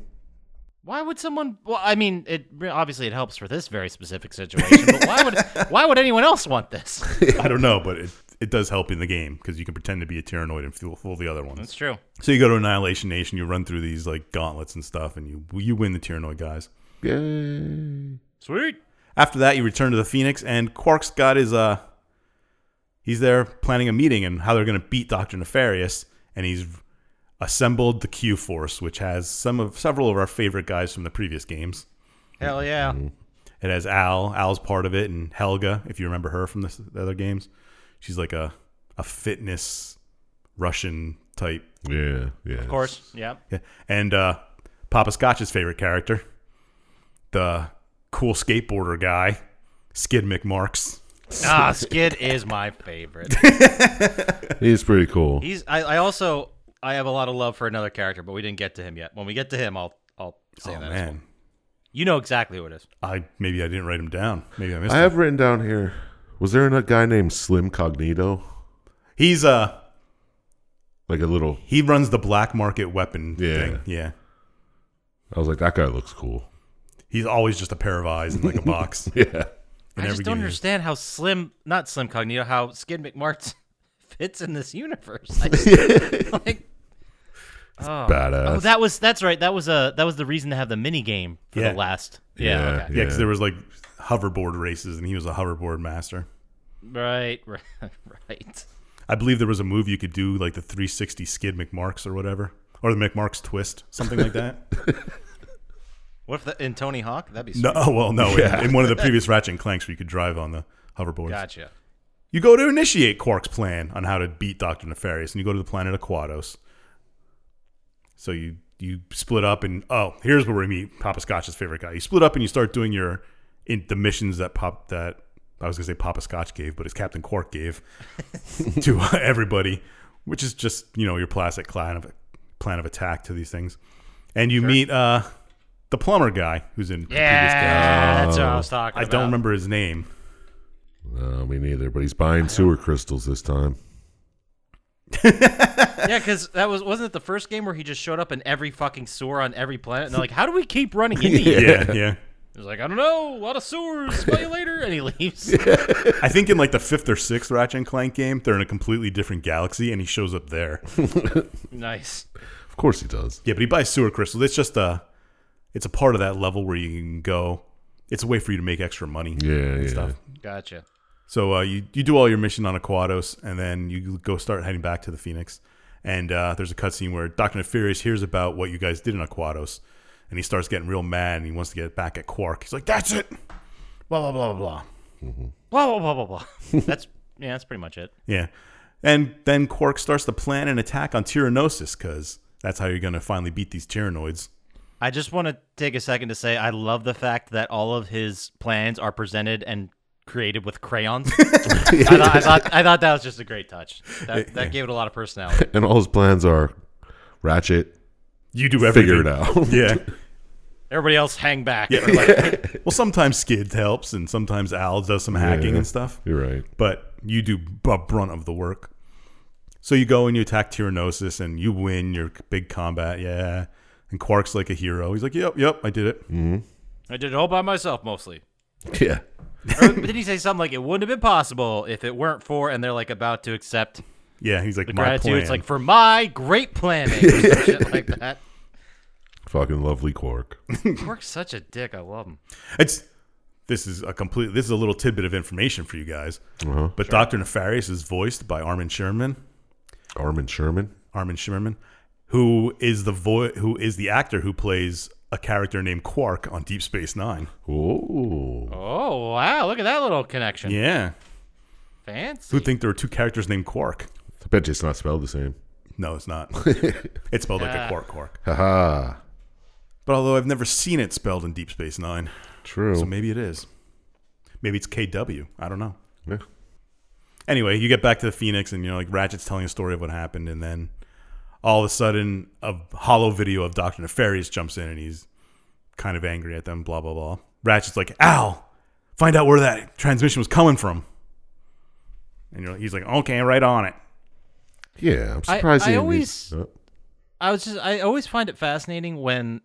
D: Why would someone? Well, I mean, it obviously it helps for this very specific situation, but why would why would anyone else want this?
C: I don't know, but it, it does help in the game because you can pretend to be a Tyrannoid and fool, fool the other ones.
D: That's true.
C: So you go to Annihilation Nation, you run through these like gauntlets and stuff, and you you win the Tyrannoid guys.
B: Yay.
D: Sweet.
C: After that, you return to the Phoenix, and Quark's got his uh, he's there planning a meeting and how they're going to beat Doctor Nefarious, and he's assembled the Q Force, which has some of several of our favorite guys from the previous games.
D: Hell yeah.
C: It has Al. Al's part of it, and Helga, if you remember her from this, the other games, she's like a a fitness Russian type.
B: Yeah. Yeah.
D: Of course. Yeah.
C: Yeah. And uh, Papa Scotch's favorite character, the cool skateboarder guy, Skid McMarks.
D: Ah, Skid is my favorite.
B: He's pretty cool.
D: He's. I, I also I have a lot of love for another character, but we didn't get to him yet. When we get to him, I'll I'll say
C: oh
D: that. as well.
C: man,
D: You know exactly who it is.
C: I maybe I didn't write him down. Maybe I missed.
B: I
C: him.
B: have written down here. Was there a guy named Slim Cognito?
C: He's uh
B: Like a little.
C: he runs the black market weapon
B: Yeah.
C: thing. Yeah.
B: I was like, that guy looks cool.
C: He's always just a pair of eyes and like a box.
B: Yeah.
D: I
C: every
D: just don't
C: game.
D: understand how Slim, not Slim Cognito, how Skid McMartz fits in this universe. I just- like, oh.
B: Badass.
D: Oh, that was that's right. That was a that was the reason to have the mini game for
C: Yeah.
D: the last. Yeah.
B: Yeah.
D: okay.
C: Yeah, because there was like hoverboard races, and he was a hoverboard master.
D: Right. Right. Right.
C: I believe there was a move you could do like the 360 skid McMarks or whatever, or the McMarks twist, something like that.
D: What if the, in Tony Hawk? That'd be sweet.
C: no, oh, well, no, in- in, one of the previous Ratchet and Clanks where you could drive on the hoverboards.
D: Gotcha.
C: You go to initiate Quark's plan on how to beat Doctor Nefarious, and you go to the planet Aquados. So you you split up, and oh, here's where we meet Papa Scotch's favorite guy. You split up, and you start doing your in the missions that pop that I was gonna say Papa Scotch gave, but it's Captain Quark gave to uh, everybody, which is just you know your classic plan of plan of attack to these things. And you meet uh, the plumber guy who's in the previous game.
D: Yeah, that's what I was talking
C: I
D: about.
C: don't remember his name.
B: No, me neither. But he's buying sewer crystals this time.
D: Yeah, because that was wasn't it the first game where he just showed up in every fucking sewer on every planet, and they're like, "How do we keep running into you?"
C: Yeah, yeah.
D: He was like, "I don't know, a lot of sewers. See you later," and he leaves.
C: I think in like the fifth or sixth Ratchet and Clank game, they're in a completely different galaxy, and he shows up there.
D: Nice.
B: Of course he does.
C: yeah, but he buys sewer crystals. It's just a, it's a part of that level where you can go. It's a way for you to make extra money.
B: Yeah,
C: and
B: yeah.
C: stuff.
D: Gotcha.
C: So uh, you you do all your mission on Aquados, and then you go start heading back to the Phoenix. And uh, there's a cutscene where Doctor Nefarious hears about what you guys did in Aquados, and he starts getting real mad, and he wants to get back at Quark. He's like, "That's it." Blah blah blah blah blah.
D: Blah blah blah blah blah. That's yeah, that's pretty much it.
C: Yeah. And then Quark starts to plan an attack on Tyrannosis because that's how you're going to finally beat these Tyrannoids.
D: I just want to take a second to say I love the fact that all of his plans are presented and created with crayons. I, thought, I thought I thought that was just a great touch. That, that gave it a lot of personality.
B: And all his plans are ratchet,
C: You do everything.
B: figure it out.
C: Yeah.
D: Everybody else, hang back.
C: yeah. like- well, sometimes Skid helps and sometimes Al does some hacking
B: Yeah.
C: and stuff,
B: You're right.
C: but you do b- brunt of the work. So you go and you attack Tyrannosis and you win your big combat. Yeah. And Quark's like a hero. He's like, yep, yep, I did it.
B: Mm.
D: I did it all by myself mostly.
B: Yeah.
D: Or did he say something like it wouldn't have been possible if it weren't for? And they're like about to accept
C: Yeah. He's like,
D: the
C: my
D: gratitude.
C: plan.
D: It's like for my great planning, or some shit like that.
B: Fucking lovely Quark.
D: Quark's such a dick. I love him.
C: It's this is a complete this is a little tidbit of information for you guys.
B: Uh-huh.
C: But Doctor Nefarious is voiced by Armin Sherman.
B: Armin Sherman.
C: Armin Sherman, who is the vo- who is the actor who plays a character named Quark on Deep Space Nine.
B: Oh.
D: Oh wow! Look at that little connection.
C: Yeah,
D: Fancy.
C: who think there are two characters named Quark?
B: I bet you it's not spelled the same.
C: No, it's not. it's spelled like a Quark Quark.
B: Haha.
C: But although I've never seen it spelled in Deep Space Nine,
B: True.
C: so maybe it is. Maybe it's KW. I don't know.
B: Yeah.
C: anyway, you get back to the Phoenix, and you know, like Ratchet's telling a story of what happened, and then all of a sudden, a hollow video of Doctor Nefarious jumps in, and he's kind of angry at them. Blah blah blah. Ratchet's like, "Al, find out where that transmission was coming from," and you're, he's like, "Okay, right on it."
B: Yeah, I'm
D: I-
B: surprised.
D: I
B: he didn't
D: always-
B: use- Oh,
D: I was just I always find it fascinating when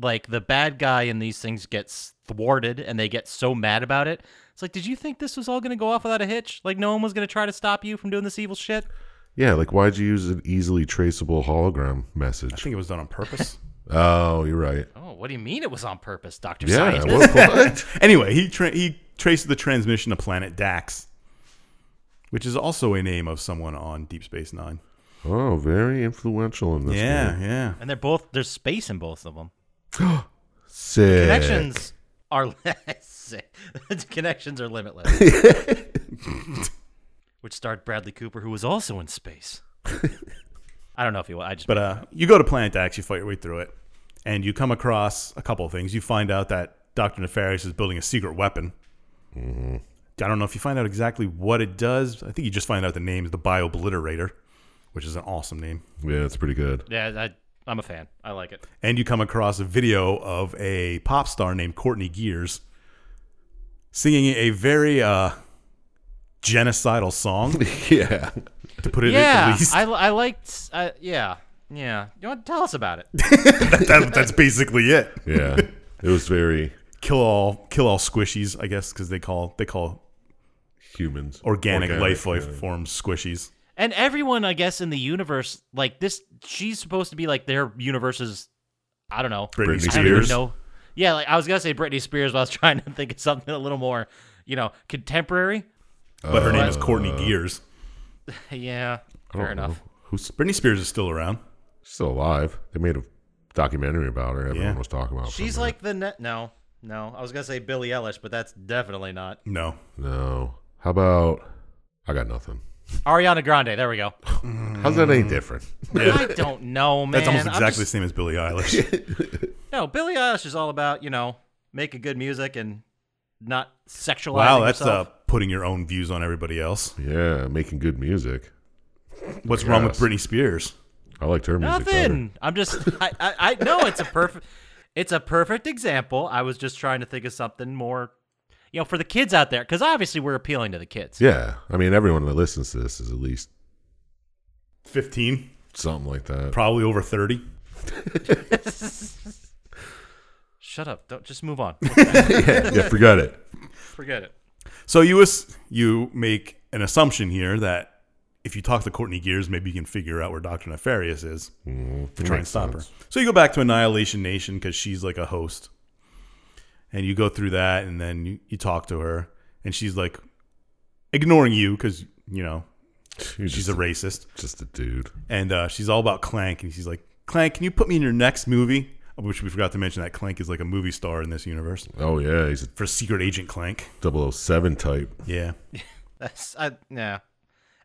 D: like the bad guy in these things gets thwarted and they get so mad about it. It's like, did you think this was all going to go off without a hitch? Like no one was going to try to stop you from doing this evil shit?
B: yeah, like why'd you use an easily traceable
C: I
B: hologram message?
C: think it was done on purpose.
B: Oh, you're right.
D: Oh, what do you mean it was on purpose, Doctor
B: Yeah. What?
D: Scientist?
B: what?
C: anyway, he tra- he traces the transmission to Planet Dax, which is also a name of someone on Deep Space Nine.
B: oh, very influential in this.
C: yeah,
B: Game.
C: yeah.
D: And they're both there's space in both of them.
B: Sick.
D: Connections are sick. Connections are limitless. Which starred Bradley Cooper, who was also in space. I don't know if he was. I just
C: But uh, you go to Planet Dax, you fight your way through it, and you come across a couple of things. You find out that Dr. Nefarious is building a secret weapon. I don't know if you find out exactly what it does. I think you just find out the name is the Biobliterator, which is an awesome name.
B: Yeah, that's pretty good.
D: yeah, I, I'm a fan. I like it.
C: And you come across a video of a pop star named Courtney Gears singing a very uh, genocidal song,
B: yeah.
C: to put it at
D: Yeah,
C: least.
D: I, I liked. Uh, yeah, yeah. You want to tell us about it?
C: That- that's basically it.
B: Yeah. it was very
C: Kill all, kill all squishies, I guess, because they call they call
B: humans.
C: organic, life life
B: yeah.
C: forms squishies.
D: And everyone, I guess, in the universe, like this, she's supposed to be like their universe's. I don't know.
C: Britney,
B: Britney
D: I don't even
C: Spears.
B: Spears.
D: know. Yeah, like I was gonna say Britney Spears, but I was trying to think of something a little more, you know, contemporary.
C: But
B: Uh,
C: her name
B: oh,
C: is Courtney Gears.
D: Yeah,
B: I don't
D: fair enough.
B: know. Who's
C: Britney Spears is still around.
B: still alive? They made a documentary about her. Everyone
C: Yeah.
B: was talking about. it for a
D: She's
B: minute.
D: like the net. No, no. I was gonna say Billie Eilish, but that's definitely not.
C: No.
B: no. How about I got nothing.
D: Ariana Grande. There we go.
B: How's that
C: Mm.
B: any different?
D: I don't know, man.
C: That's almost
D: I'm
C: exactly the
D: just-
C: same as Billie Eilish.
D: no, Billie Eilish is all about you know making good music and not sexualizing
C: wow, that's uh,
D: herself.
C: putting your own views on everybody else.
B: yeah, making good music.
C: What's wrong with
B: Yes.
C: Britney Spears?
B: I liked her music. better.
D: Nothing. I'm just. I, I. I know it's a perfect. It's a perfect example. I was just trying to think of something more, you know, for the kids out there, because obviously we're appealing to the kids.
B: Yeah, I mean, everyone that listens to this is at least
C: Fifteen,
B: something like that.
C: probably over thirty.
D: Shut up. Don't just move on.
B: yeah, forget it.
D: Forget it.
C: So you ass- you make an assumption here that if you talk to Courtney Gears, maybe you can figure out where Doctor Nefarious is to try and
B: makes
C: stop her. So you go back to Annihilation Nation because she's like a host, and you go through that, and then you, you talk to her, and she's like ignoring you because you know
B: You're
C: she's
B: just
C: a racist,
B: just a dude.
C: and uh, she's all about Clank, and she's like, Clank, can you put me in your next movie? Which we forgot to mention that Clank is like a movie star in this universe
B: Oh yeah, he's
C: for Secret Agent Clank.
B: a 007 type.
C: Yeah.
D: That's. I, yeah.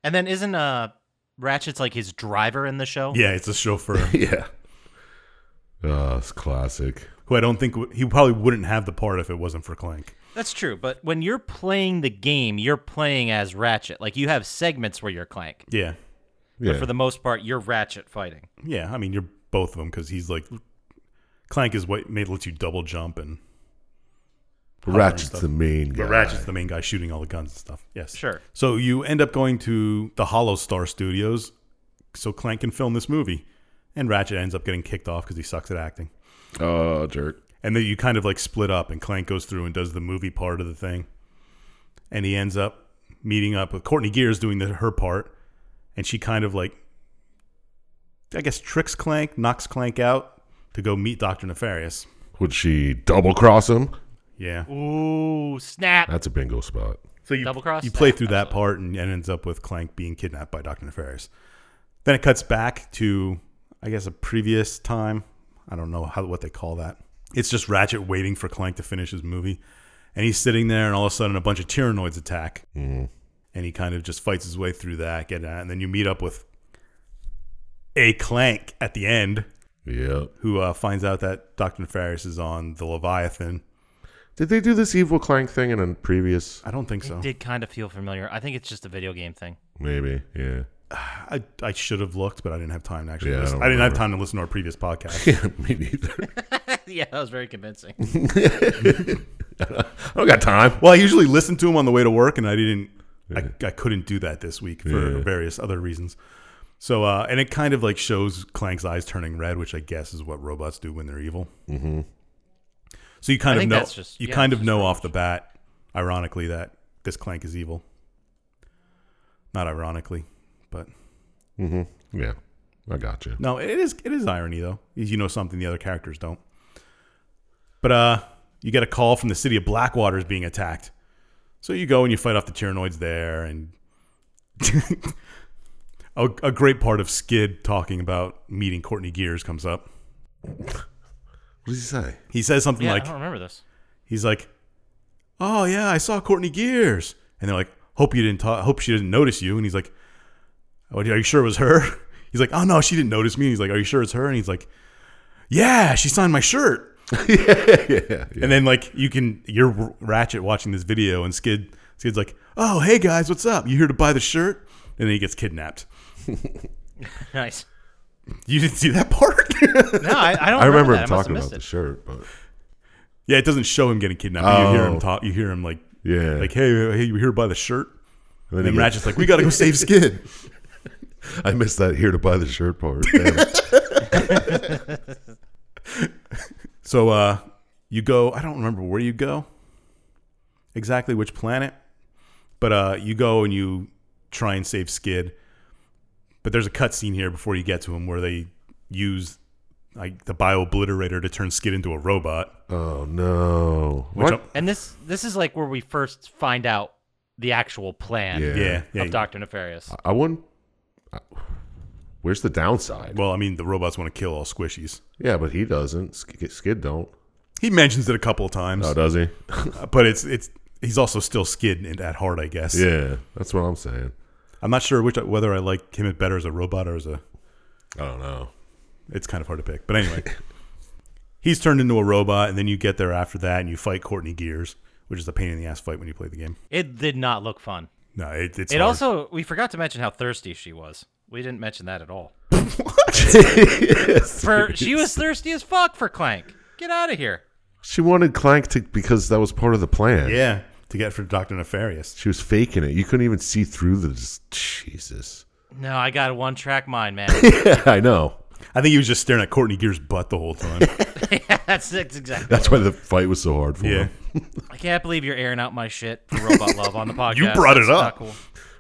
D: And then isn't uh Ratchet's like his driver in the show?
C: Yeah, it's a chauffeur.
B: Yeah. Uh, it's classic.
C: who I don't think would- he probably wouldn't have the part if it wasn't for Clank.
D: That's true. But when you're playing the game, you're playing as Ratchet. Like you have segments where you're Clank.
C: Yeah,
B: Yeah.
D: But for the most part, you're Ratchet fighting.
C: yeah. I mean, you're both of them because he's like Clank is what made lets you double jump and
B: Ratchet's
C: stuff.
B: the main guy.
C: but Ratchet's the main guy shooting all the guns and stuff. Yes,
D: Sure.
C: So you end up going to the Hollow Star Studios so Clank can film this movie, and Ratchet ends up getting kicked off because he sucks at acting.
B: Oh, jerk.
C: And then you kind of like split up, and Clank goes through and does the movie part of the thing. And he ends up meeting up with Courtney Gears doing the, her part. And she kind of like, I guess, tricks Clank, knocks Clank out to go meet Dr. Nefarious.
B: Would she double cross him?
C: Yeah.
D: Ooh, snap.
B: That's a bingo spot.
C: So you,
D: Double cross?
C: you play
D: Yeah,
C: through that part and it ends up with Clank being kidnapped by Dr. Nefarious. Then it cuts back to, I guess, a previous time. I don't know how what they call that. It's just Ratchet waiting for Clank to finish his movie. And he's sitting there, and all of a sudden, a bunch of Tyrannoids attack. And he kind of just fights his way through that, get out. And then you meet up with a Clank at the end
B: Yep.
C: who uh, finds out that Dr. Nefarious is on the Leviathan.
B: Did they do this evil clank thing in a previous?
C: I don't think so.
D: Did kind of feel familiar. I think it's just a video game thing.
B: Maybe. Yeah.
C: I, I should have looked, but I didn't have time to actually.
B: Yeah, I
C: listen.
B: don't
C: I, didn't have
B: remember.
C: time to listen to our previous podcast.
B: Me neither.
D: yeah, that was very convincing.
B: I don't got time.
C: well, I usually listen to them on the way to work, and I didn't. I, I couldn't do that this week for
B: Yeah.
C: various other reasons. So, uh, and it kind of like shows Clank's eyes turning red, which I guess is what robots do when they're evil. Mm-hmm. So you kind
D: I
C: of
D: think
C: know,
D: that's just-
C: you
D: yeah,
C: kind
D: it's
C: of
D: just
C: know off the bat, ironically, that this Clank is evil. Not ironically, but
B: Yeah. I got you.
C: No, it is it is irony though. You know something the other characters don't. But uh you get a call from the city of Blackwater is being attacked. So you go and you fight off the Tyrannoids there and a, a great part of Skid talking about meeting Courtney Gears comes up.
B: What does he say?
C: He says something
D: Yeah, oh,
C: like
D: I don't remember this.
C: he's like, "Oh yeah, I saw Courtney Gears," and they're like, "Hope you didn't talk. Hope she didn't notice you." And he's like, "Oh, "Are you sure it was her?" He's like, "Oh no, she didn't notice me." And he's like, "Are you sure it's her?" And he's like, "Yeah, she signed my shirt."
B: Yeah. yeah.
C: And then like you can you're Ratchet watching this video, and Skid Skid's like, "Oh hey guys, what's up? You here to buy the shirt?" And then he gets kidnapped.
D: Nice.
C: You didn't see that part?
D: No, I, I don't.
B: I remember him
D: that. I must have
B: talking
D: missed
B: about the shirt, but
C: yeah, it doesn't show him getting kidnapped. but You hear him
B: Oh.
C: talk. You hear him like,
B: yeah.
C: like, "Hey, hey, you here to buy the shirt?"
B: and
C: And then
B: he
C: Ratchet's like, "We gotta go save Skid."
B: goes, I missed that here to buy the shirt part. Damn.
C: So uh you go I don't remember where you go exactly which planet but uh you go and you try and save Skid but there's a cutscene here before you get to him where they use like the bio obliterator to turn Skid into a robot
B: oh no.
C: which
B: What?
C: I'm-
D: And this this is like where we first find out the actual plan
B: Yeah.
C: yeah, yeah, Uh,
D: of Doctor Nefarious.
B: I wouldn't. I- Where's the downside?
C: well I mean the robots want to kill all squishies
B: Yeah, but he doesn't. Skid, Skid don't.
C: he mentions it a couple of times
B: Oh,
C: uh,
B: does he?
C: but it's it's he's also still Skid in- at heart, I guess.
B: Yeah, that's what I'm saying.
C: I'm not sure which whether I like him better as a robot or as a.
B: I don't know.
C: It's kind of hard to pick, but anyway, he's turned into a robot, and then you get there after that, and you fight Courtney Gears, which is a pain in the ass fight when you play the game.
D: It did not look fun.
C: No, it, it's
D: It
C: hard.
D: also we forgot to mention how thirsty she was. We didn't mention that at all. For she was thirsty as fuck for Clank. Get out of here.
B: She wanted Clank to because that was part of the plan.
C: yeah to get for Doctor Nefarious.
B: She was faking it. You couldn't even see through the Jesus.
D: No, I got a one track mind, man.
B: I know.
C: I think he was just staring at Courtney Gears' butt the whole time.
D: that's, that's exactly.
B: That's why the fight was so hard for
C: yeah,
B: him.
D: I can't believe you're airing out my shit for robot love on the podcast.
C: You brought it
D: That's not
C: up.
D: cool.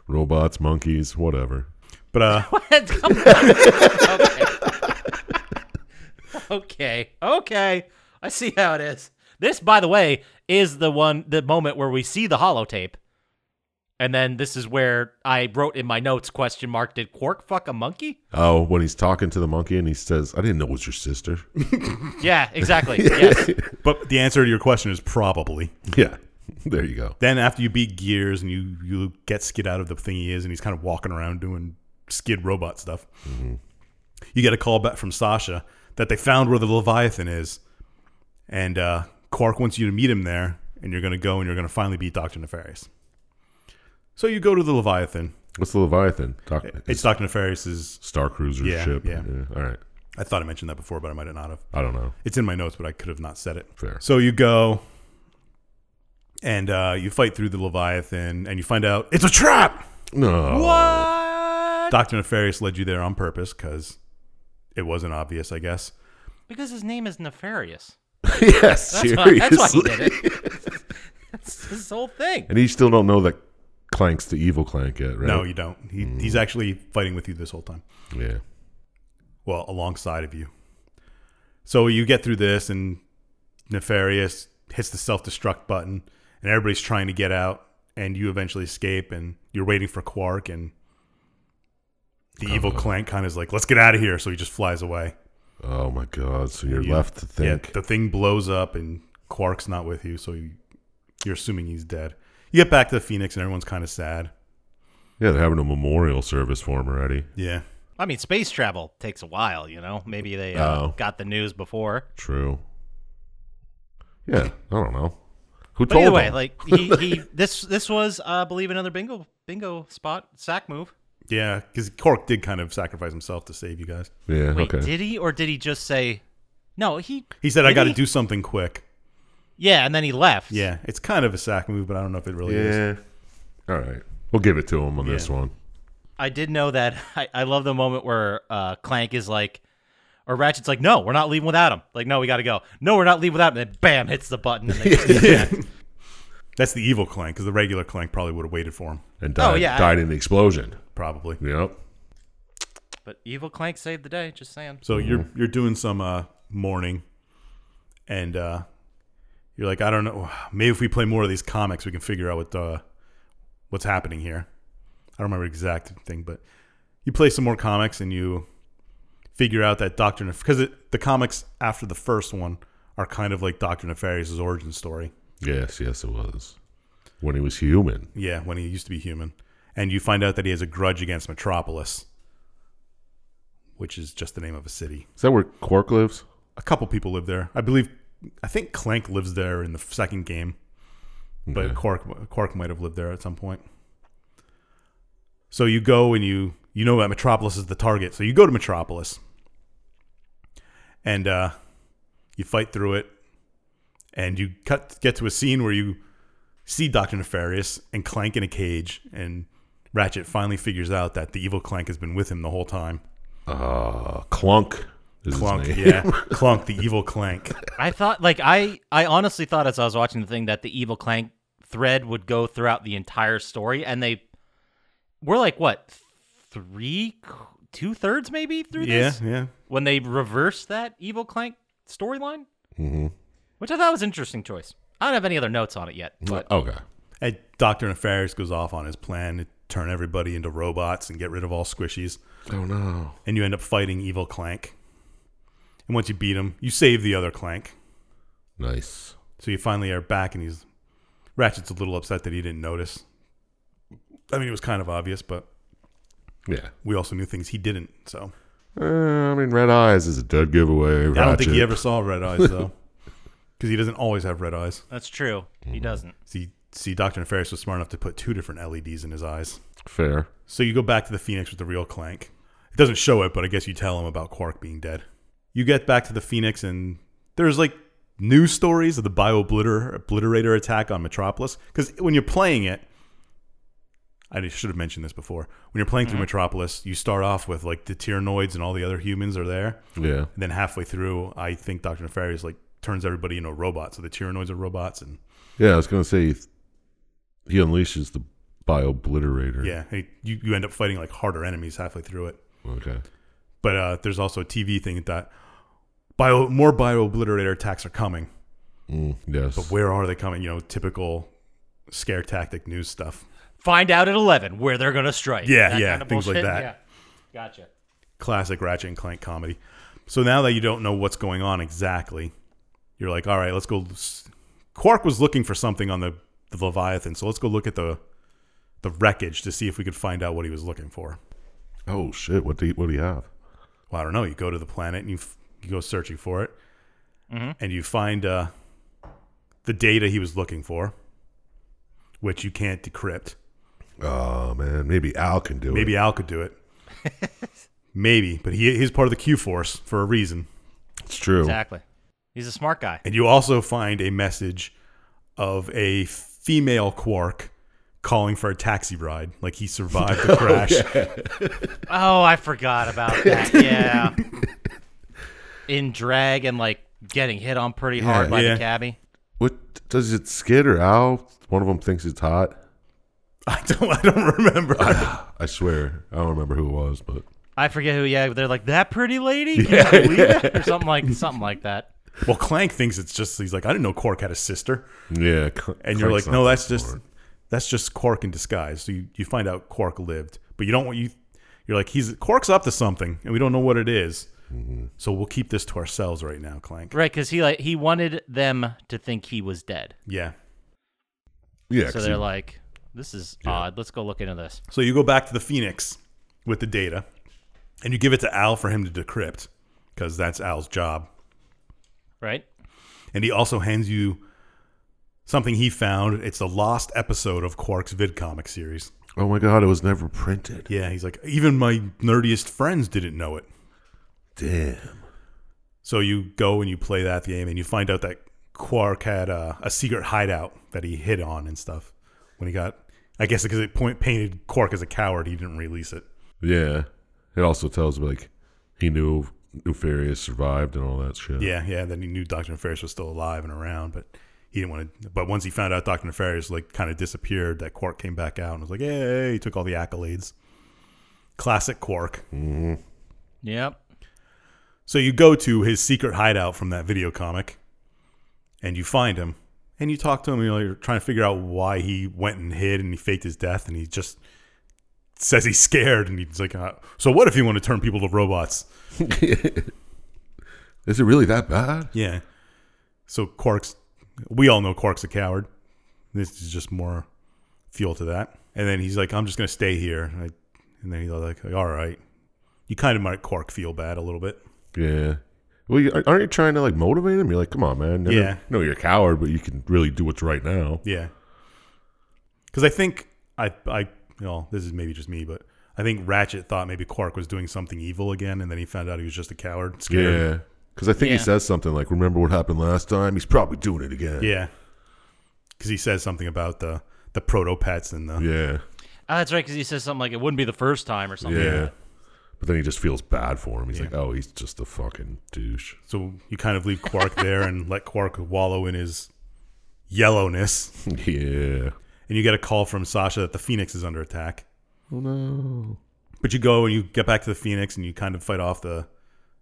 B: Robots, monkeys, whatever.
C: but uh,
D: What? Come on. okay. okay. Okay. I see how it is. This, by the way, is the one the moment where we see the holotape. And then this is where I wrote in my notes question mark, did Quark fuck a monkey?
B: Oh, when he's talking to the monkey and he says, "I didn't know it was your sister."
D: Yeah, exactly. yes.
C: but the answer to your question is probably.
B: yeah, there you go.
C: Then after you beat Gears and you you get Skid out of the thing he is, and he's kind of walking around doing Skid robot stuff. You get a call back from Sasha that they found where the Leviathan is, and uh, Quark wants you to meet him there, and you're going to go and you're going to finally beat Doctor Nefarious. So you go to the Leviathan.
B: What's the Leviathan? Doc-
C: It's Doctor Nefarious's.
B: Star Cruiser
C: Yeah,
B: ship.
C: yeah.
B: All right.
C: I thought I mentioned that before, but I might have not have.
B: I don't know.
C: It's in my notes, but I could have not said it.
B: Fair.
C: So you go and uh, you fight through the Leviathan, and you find out it's a trap.
B: No.
D: What?
C: Doctor Nefarious led you there on purpose because it wasn't obvious, I guess.
D: Because his name is Nefarious.
B: yes.
D: That's why,
B: seriously.
D: that's why he did it. That's his whole thing.
B: And you still don't know that Clank's the evil Clank yet, right?
C: No, you don't. He, He's actually fighting with you this whole time.
B: Yeah.
C: Well, alongside of you. So you get through this, and Nefarious hits the self destruct button, and everybody's trying to get out, and you eventually escape, and you're waiting for Quark, and the evil Clank kind of is like, let's get out of here. So he just flies away.
B: Oh my God. So you're
C: You-
B: left to think.
C: Yeah, the thing blows up and Quark's not with you, so you, you're assuming he's dead. You get back to the Phoenix and everyone's kind of sad.
B: Yeah, they're having a memorial service for him already.
C: Yeah.
D: I mean, space travel takes a while, you know? Maybe they uh,
B: Oh.
D: got the news before.
B: True. Yeah, I don't know. Who
D: But
B: told
D: either way,
B: him?
D: like he, he this this was uh, I believe another bingo bingo spot sack move.
C: Yeah, because Quark did kind of sacrifice himself to save you guys.
B: yeah,
D: Wait,
B: okay.
D: did he or did he just say no? He
C: He said, I
D: did
C: got to
D: he?
C: do something quick.
D: yeah, and then he left.
C: Yeah, it's kind of a sack move, but I don't know if it really is.
B: yeah. All right. We'll give it to him on this
C: Yeah.
B: one.
D: I did know that. I, I love the moment where uh, Clank is like, or Ratchet's like, no, we're not leaving without him. Like, no, we got to go. No, we're not leaving without him. And then bam, hits the button. And they just-
C: Yeah. That's the evil Clank, because the regular Clank probably would have waited for him,
B: And died,
D: Oh, yeah, I-
B: died in the explosion.
C: probably.
B: Yep.
D: but evil Clank saved the day. Just saying.
C: So you're you're doing some uh, mourning, and uh, you're like, I don't know. Maybe if we play more of these comics, we can figure out what uh, what's happening here. I don't remember the exact thing, but you play some more comics and you figure out that Doctor because the comics after the first one are kind of like Doctor Nefarious' origin story.
B: Yes, yes, it was. When he was human.
C: Yeah, when he used to be human, and you find out that he has a grudge against Metropolis, which is just the name of a city.
B: Is that where Quark lives?
C: a couple people live there. I believe, I think Clank lives there in the second game, but Quark Quark might have lived there at some point. So you go and you you know that Metropolis is the target. So you go to Metropolis, and uh, you fight through it, and you cut get to a scene where you see Doctor Nefarious and Clank in a cage, and Ratchet finally figures out that the evil Clank has been with him the whole time.
B: Uh, Clunk is
C: Clunk,
B: his name.
C: yeah, Clunk, the evil Clank.
D: I thought, like, I I honestly thought as I was watching the thing that the evil Clank thread would go throughout the entire story, and they were like what three, two thirds maybe through
C: Yeah,
D: this
C: yeah.
D: when they reversed that evil Clank storyline,
C: Mm-hmm.
B: Mhm.
D: which I thought was an interesting choice. I don't have any other notes on it yet, but
B: Okay.
C: And Dr. Nefarious goes off on his plan to turn everybody into robots and get rid of all squishies.
B: Oh, no.
C: And you end up fighting evil Clank. And once you beat him, you save the other Clank.
B: Nice.
C: So you finally are back and he's Ratchet's a little upset that he didn't notice. I mean, it was kind of obvious, but
B: Yeah.
C: we also knew things he didn't. So
B: Uh, I mean, Red Eyes is a dead giveaway.
C: I don't think he
B: Ratchet.
C: ever saw red eyes though, because he doesn't always have red eyes.
D: That's true. He doesn't.
C: See, see, Doctor Nefarious was smart enough to put two different LEDs in his eyes.
B: Fair.
C: So you go back to the Phoenix with the real Clank. It doesn't show it, but I guess you tell him about Quark being dead. You get back to the Phoenix, and there's like news stories of the bio obliterator attack on Metropolis. Because when you're playing it, I should have mentioned this before. When you're playing through Metropolis, you start off with like the Tyranoids and all the other humans are there.
B: Yeah.
C: And then halfway through, I think Dr. Nefarious like turns everybody into a robot. So the Tyranoids are robots, and
B: Yeah, I was gonna say he unleashes the biobliterator.
C: yeah, hey, you, you end up fighting like harder enemies halfway through it.
B: Okay.
C: But uh, there's also a TV thing that bio more bio obliterator attacks are coming.
B: Mm, yes.
C: But where are they coming? You know, typical scare tactic news stuff.
D: Find out at eleven where they're gonna strike.
C: Yeah,
D: That
C: yeah,
D: kind of
C: things like
D: bullshit.
C: that.
D: Yeah. Gotcha.
C: Classic Ratchet and Clank comedy. So now that you don't know what's going on exactly, you're like, all right, let's go. s- Quark was looking for something on the, the Leviathan, so let's go look at the the wreckage to see if we could find out what he was looking for.
B: oh shit! What do you, what do you have?
C: well, I don't know. You go to the planet and you, f- you go searching for it, and you find uh, the data he was looking for, which you can't decrypt.
B: Oh man, maybe Al can do
C: Maybe
B: it.
C: Al could do it. Maybe, but he he's part of the Q Force for a reason.
B: It's true.
D: Exactly. He's a smart guy.
C: And you also find a message of a female Quark calling for a taxi ride, like he survived the crash.
D: Oh, I forgot about that. Yeah. In drag and like getting hit on pretty hard by
C: Yeah.
D: the cabbie.
B: What does it skid or Al? One of them thinks it's hot.
C: I don't I don't remember.
B: I swear, I don't remember who it was, but
D: I forget who. Yeah, they're like that pretty lady. Can you believe it? Or something like something like that.
C: well, Clank thinks it's just he's like I didn't know Quark had a sister.
B: yeah. Cl-
C: and you're
B: Clank's
C: like, no,
B: not
C: that's
B: that
C: just
B: smart."
C: that's just Quark in disguise. So you, you find out Quark lived, but you don't want you. You're like he's Quark's up to something, and we don't know what it is. So we'll keep this to ourselves right now, Clank.
D: Right, because he like he wanted them to think he was dead.
C: Yeah.
B: yeah.
D: So
B: 'cause
D: they're
B: he-
D: like, this is odd. Let's go look into this.
C: So you go back to the Phoenix with the data, and you give it to Al for him to decrypt, because that's Al's job.
D: Right?
C: And he also hands you something he found. It's the lost episode of Quark's VidComic series.
B: oh my god, it was never printed.
C: Yeah, he's like, even my nerdiest friends didn't know it.
B: Damn.
C: So you go and you play that game, and you find out that Quark had a, a secret hideout that he hid on and stuff. When he got, I guess because it point painted Quark as a coward, he didn't release it.
B: Yeah. It also tells like he knew Nefarious survived and all that shit.
C: Yeah, yeah. Then he knew Doctor Nefarious was still alive and around, but he didn't want to. But once he found out Doctor Nefarious like kind of disappeared, that Quark came back out and was like, "Hey!" He took all the accolades. Classic Quark.
D: Yep.
C: So you go to his secret hideout from that video comic, and you find him, and you talk to him. You know, you're trying to figure out why he went and hid, and he faked his death, and he just says he's scared, and he's like, uh, "So what if you want to turn people to robots?"
B: Is it really that bad?
C: Yeah. So Quark's, we all know Quark's a coward. This is just more fuel to that. And then he's like, "I'm just gonna stay here," and, I, and then he's like, "All right." You kind of make Quark feel bad a little bit.
B: Yeah. Well, you, aren't you trying to like motivate him? You're like, come on, man. Never-
C: Yeah.
B: No, you're a coward, but you can really do what's right now.
C: Yeah. Because I think I I you know this is maybe just me, but I think Ratchet thought maybe Quark was doing something evil again, and then he found out he was just a coward, scared.
B: Yeah. Because I think
D: Yeah.
B: he says something like, remember what happened last time? He's probably doing it again.
C: Yeah. Because he says something about the the proto pets and the
B: Yeah.
D: Oh, that's right, because he says something like it wouldn't be the first time or something.
B: Yeah. But then he just feels bad for him. He's like, oh, he's just a fucking douche.
C: so you kind of leave Quark there and let Quark wallow in his yellowness,
B: yeah.
C: and you get a call from Sasha that the Phoenix is under attack.
B: Oh, no.
C: But you go and you get back to the Phoenix and you kind of fight off the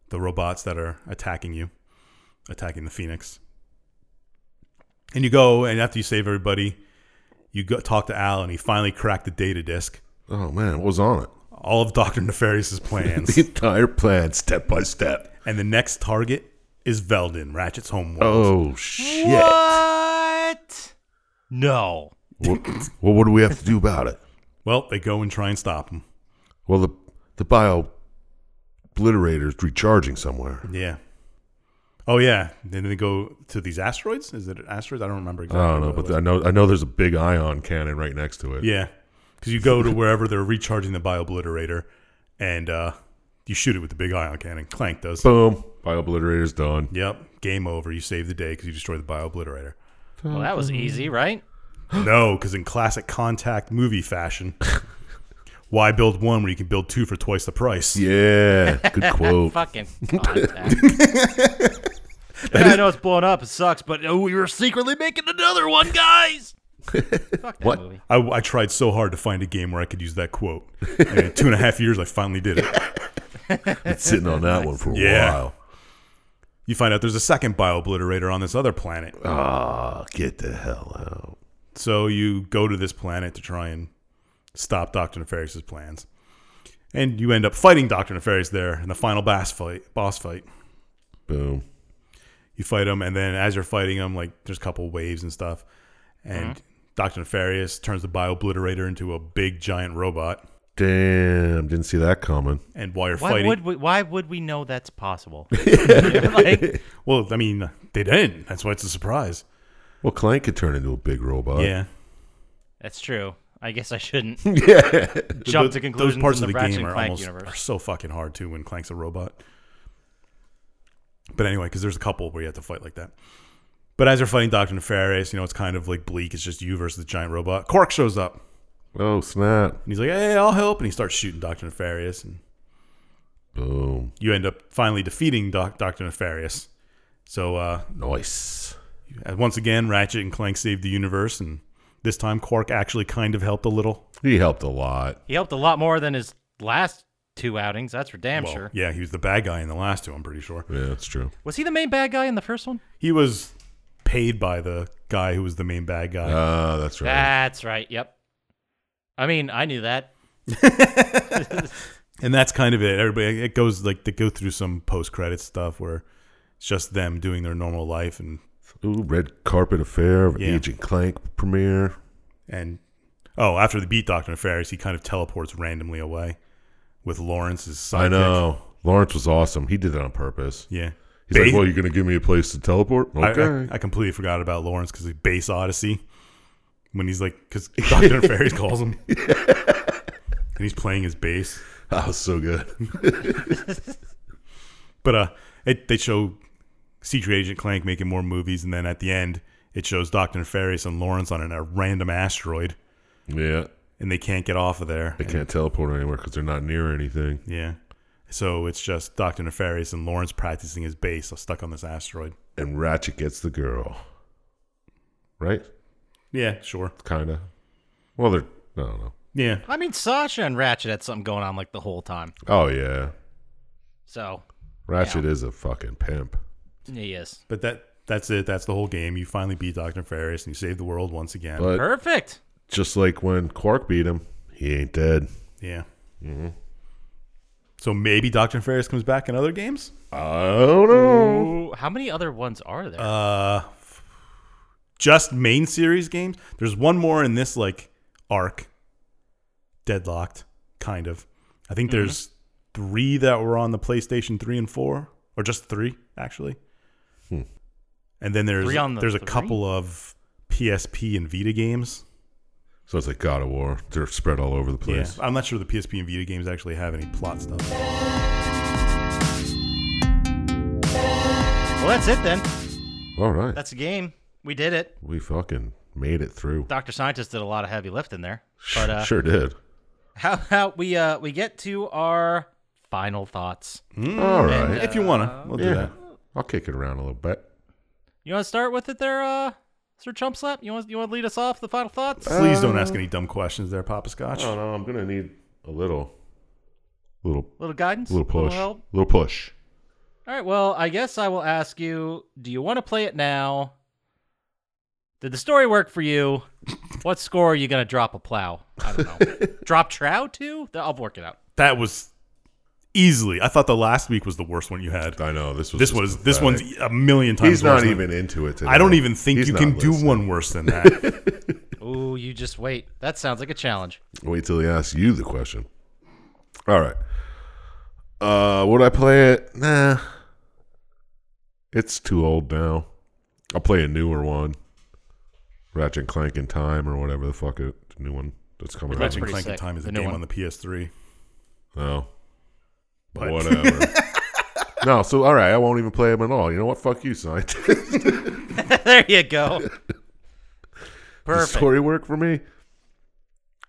C: the robots that are attacking you, attacking the Phoenix. And you go and after you save everybody, you go talk to Al and he finally cracked the data disk.
B: Oh, man. What was on it?
C: All of Doctor Nefarious's plans.
B: The entire plan, step by step.
C: and the next target is Veldin, Ratchet's homeworld.
B: Oh, shit.
D: What? No.
B: What, well, what do we have to do about it?
C: Well, they go and try and stop him.
B: Well, the the bio obliterator's recharging somewhere.
C: Yeah. Oh yeah. Then they go to these asteroids. Is it asteroids? I don't remember
B: I
C: exactly.
B: don't know,
C: what it
B: but
C: was.
B: I know I know there's a big ion cannon right next to it.
C: yeah, because you go to wherever they're recharging the biobliterator, and uh, you shoot it with the big ion cannon. Clank does.
B: Boom. Bio obliterator's done.
C: Yep. Game over. You save the day because you destroy the biobliterator.
D: Well, that was easy, right?
C: no, because in classic contact movie fashion, why build one when you can build two for twice the price?
B: Yeah. Good quote.
D: Fucking contact. yeah, I know it's blown up. It sucks, but oh, we were secretly making another one, guys. Fuck that
B: What?
D: movie.
C: I, I tried so hard to find a game where I could use that quote. And in two and a half years, I finally did it.
B: Been sitting on that one for a
C: Yeah.
B: while.
C: You find out there's a second biobliterator on this other planet.
B: Ah, get the hell out.
C: So you go to this planet to try and stop Dr. Nefarious' plans. And you end up fighting Dr. Nefarious there in the final boss fight. Boss fight.
B: Boom.
C: You fight him, and then as you're fighting him, like there's a couple waves and stuff. And Dr. Nefarious turns the biobliterator into a big giant robot.
B: Damn. Didn't see that coming.
C: And while you're
D: Why
C: fighting,
D: would we? Why would we know that's possible? like,
C: well, I mean, they didn't. That's why it's a surprise.
B: Well, Clank could turn into a big robot.
C: yeah,
D: that's true. I guess I shouldn't
B: Yeah.
D: jump
C: Th-
D: to
C: those
D: conclusions.
C: parts
D: in
C: of the
D: Ratchet
C: game
D: and
C: are
D: Clank
C: almost
D: universe.
C: are so fucking hard too when Clank's a robot. But anyway, because there's a couple where you have to fight like that. But as you're fighting Doctor Nefarious, you know it's kind of like bleak. It's just you versus the giant robot. Cork shows up
B: Oh, snap.
C: and he's like, "Hey, I'll help," and he starts shooting Doctor Nefarious, and
B: Boom.
C: you end up finally defeating Doc- Doctor Nefarious. So uh,
B: Nice.
C: once again, Ratchet and Clank saved the universe, and this time Cork actually kind of helped a little.
B: He helped a lot.
D: He helped a lot more than his last two outings. That's for damn
C: Well,
D: sure.
C: Yeah, he was the bad guy in the last two. I'm pretty sure.
B: Yeah, that's true.
D: Was he the main bad guy in the first one?
C: he was paid by the guy who was the main bad guy.
B: Ah, that's right.
D: That's right. Yep. I mean, I knew that.
C: and that's kind of it. Everybody it goes like they go through some post credit stuff where it's just them doing their normal life and
B: Ooh, red carpet affair of
C: Yeah.
B: Agent Clank premiere.
C: and oh, after the beat Doctor Nefarious, he kind of teleports randomly away with Lawrence's sidekick.
B: I know. Lawrence was awesome. He did that on purpose.
C: Yeah.
B: He's like,
C: Ba-
B: "Well, you're gonna give me a place to teleport?"
C: I-
B: Okay.
C: I, I, completely forgot about Lawrence because of Base Odyssey. When he's like, because Doctor Nefarious calls him, and he's playing his bass.
B: that was so good.
C: But uh, it, they show Secret Agent Clank making more movies, and then at the end, it shows Doctor Nefarious and Lawrence on an- a random asteroid,
B: yeah,
C: and they can't get off of there.
B: they can't teleport anywhere because they're not near anything.
C: Yeah. So it's just Doctor Nefarious and Lawrence practicing his bass stuck on this asteroid.
B: And Ratchet gets the girl, right?
C: Yeah, sure.
B: Kind of. Well, they're I don't know.
C: Yeah,
D: I mean, Sasha and Ratchet had something going on like the whole time.
B: Oh yeah,
D: So
B: Ratchet is a fucking pimp.
D: he is
C: but that that's it. That's the whole game. You finally beat Doctor Nefarious, and you save the world once again.
B: But
D: perfect.
B: just like when Quark beat him, he ain't dead.
C: yeah. So maybe Doctor Nefarious comes back in other games.
B: I don't know.
D: Ooh, how many other ones are there?
C: uh just main series games there's one more in this like arc deadlocked kind of i think
D: Mm-hmm.
C: there's three that were on the playstation 3 and 4 or just three actually
B: Hmm.
C: and then there's
D: Three on the
C: there's a
D: three?
C: couple of psp and vita games
B: So it's like God of War. They're spread all over the
C: yeah
B: place.
C: i'm not sure the psp and vita games actually have any plot stuff
D: well, that's it then.
B: All right,
D: That's a game. We did it.
B: we fucking made it through.
D: Doctor Scientist did a lot of heavy lifting there. But uh,
B: sure did.
D: how about we uh we get to our final thoughts?
B: all right.
C: if you want to we'll do
B: yeah.
C: that
B: I'll kick it around a little bit.
D: You want to start with it there, uh, Sir Chump Slap? You want you want to lead us off the final thoughts?
B: Uh,
C: please don't ask any dumb questions there papa scotch
B: Oh no, I'm gonna need a little, little,
D: little guidance,
B: little push,
D: help.
B: little, push.
D: All right. Well, I guess I will ask you: Do you want to play it now? Did the story work for you? What score are you gonna drop a plow? I don't know. drop trow too? I'll work it out.
C: that was easily. I thought the last week was the worst one you had.
B: I know this was
C: This
B: just
C: was this
B: pathetic.
C: one's a million times.
B: He's not
C: worse than-
B: even into it. Today.
C: I don't even think
B: He's
C: you
B: not
C: can do
B: listening.
C: one worse than that.
D: Ooh, you just wait. That sounds like a challenge.
B: Wait till he asks you the question. All right. Uh, would I play it? Nah. It's too old now. I'll play a newer one. Ratchet and Clank in Time or whatever the fuck it the new one that's coming out.
C: Ratchet and
D: pretty
C: Clank in
D: sick,
C: Time is
D: the
C: a
D: new
C: game
D: one.
C: on the PS3.
B: No.
C: But-
B: Whatever. no, so all right, I won't even play him at all. You know what? Fuck you, scientist.
D: there you go.
B: the
D: Perfect.
B: story work for me.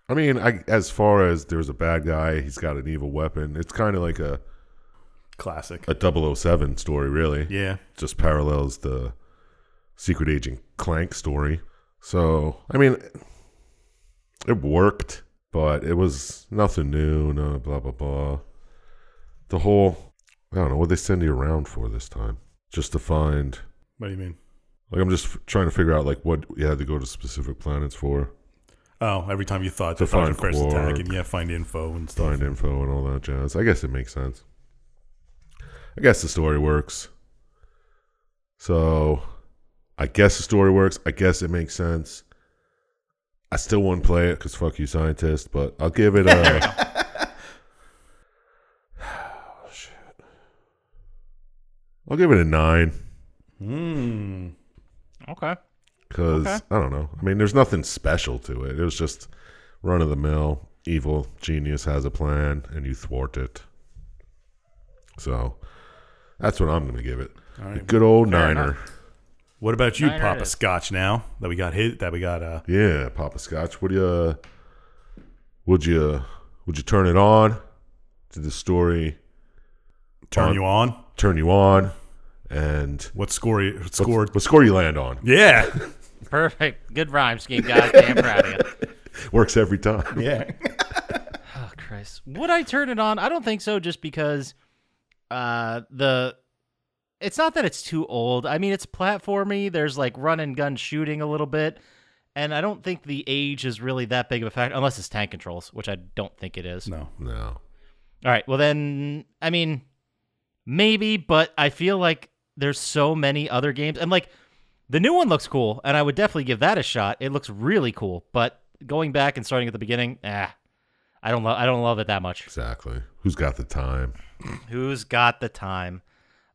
B: I mean, I as far as there's a bad guy, he's got an evil weapon. It's kind of like a
C: Classic.
B: a 007 story, really.
C: Yeah.
B: just parallels the secret agent clank story so i mean it worked but it was nothing new no blah blah blah the whole i don't know what they send you around for this time just to find
C: What do you mean?
B: like i'm just f- trying to figure out like what you had to go to specific planets for
C: Oh, every time you thought
B: To
C: to find
B: find
C: first attack
B: Quark.
C: and yeah, find info and stuff.
B: find info and all that jazz i guess it makes sense i guess the story works so I guess the story works. I guess it makes sense. I still wouldn't play it because fuck you, scientist. But I'll give it a. Shit. I'll give it a nine
C: Hmm.
D: Okay.
B: because
D: Okay.
B: I don't know. I mean, there's nothing special to it. It was just run of the mill. Evil genius has a plan, and you thwart it. So that's what I'm going to give it.
C: All
B: The
C: right.
B: good old
D: Fair
B: niner.
C: What about you,
D: Nine out
C: Papa
D: of-
C: Scotch? Now that we got hit, that we got uh,
B: Yeah, Papa Scotch. Would you uh, would you would you turn it on? Did the story
C: turn
B: On-
C: you on.
B: turn you on? And
C: What score? You, what
B: what,
C: score?
B: what score you land on
C: Yeah.
D: Perfect. Good rhyme scheme, guys. Damn proud of you.
B: works every time.
C: yeah.
D: Oh Christ! Would I turn it on? I don't think so. Just because uh, the it's not that it's too old. I mean, it's platformy. There's like run and gun shooting a little bit, and I don't think the age is really that big of a factor unless it's tank controls, which I don't think it is.
C: No.
B: No,
D: All right. Well, then, I mean, maybe, but I feel like there's so many other games. And, like, the new one looks cool, and I would definitely give that a shot. It looks really cool, but going back and starting at the beginning, eh. I don't love I don't love it that much.
B: exactly. Who's got the time?
D: Who's got the time?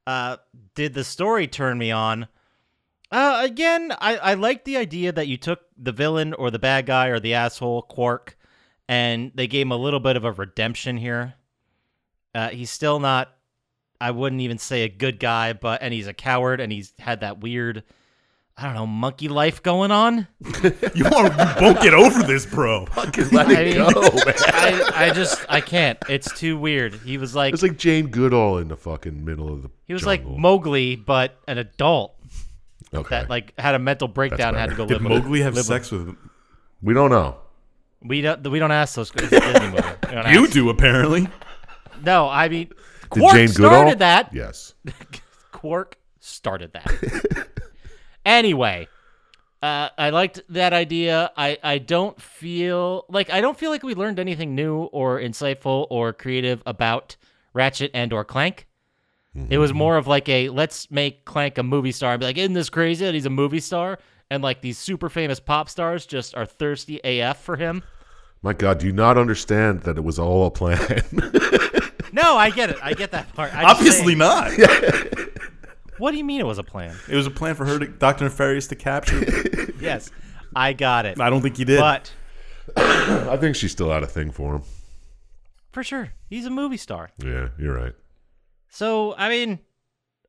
D: Uh, did the story turn me on? Uh, again, I, I like the idea that you took the villain or the bad guy or the asshole, Quark, and they gave him a little bit of a redemption here. Uh, he's still not, I wouldn't even say a good guy, but, and he's a coward and he's had that weird, I don't know, monkey life going on.
C: You won't, you won't get over this, bro.
B: Let
D: I
B: it
D: mean-
B: go, man.
D: I, I just, I can't. It's too weird. He was like,
B: It's like Jane Goodall in the fucking middle of the.
D: he was
B: jungle.
D: like Mowgli, but an adult.
B: okay.
D: that like had a mental breakdown and had to go
C: Did
D: live with.
C: Mowgli have sex with him?
B: we don't know.
D: We don't we don't ask those it's a Disney movie. We don't
C: You
D: ask.
C: do apparently.
D: No, I mean
B: Did
D: Quark
B: Jane Goodall?
D: started that.
B: Yes.
D: Quark started that. anyway, uh, I liked that idea. I, I don't feel like I don't feel like we learned anything new or insightful or creative about Ratchet and or Clank. It was more of like a let's make Clank a movie star and be like, isn't this crazy that he's a movie star? And like these super famous pop stars just are thirsty AF for him.
B: My God, do you not understand that it was all a plan?
D: No, I get it. I get that part. I'm just
C: Obviously
D: saying,
C: not.
D: What do you mean it was a plan?
C: It was a plan for her, to, Doctor Nefarious, to capture.
D: Yes, I got it.
C: I don't think he did.
D: But
B: I think she still had a thing for him.
D: for sure, he's a movie star.
B: Yeah, you're right.
D: So I mean,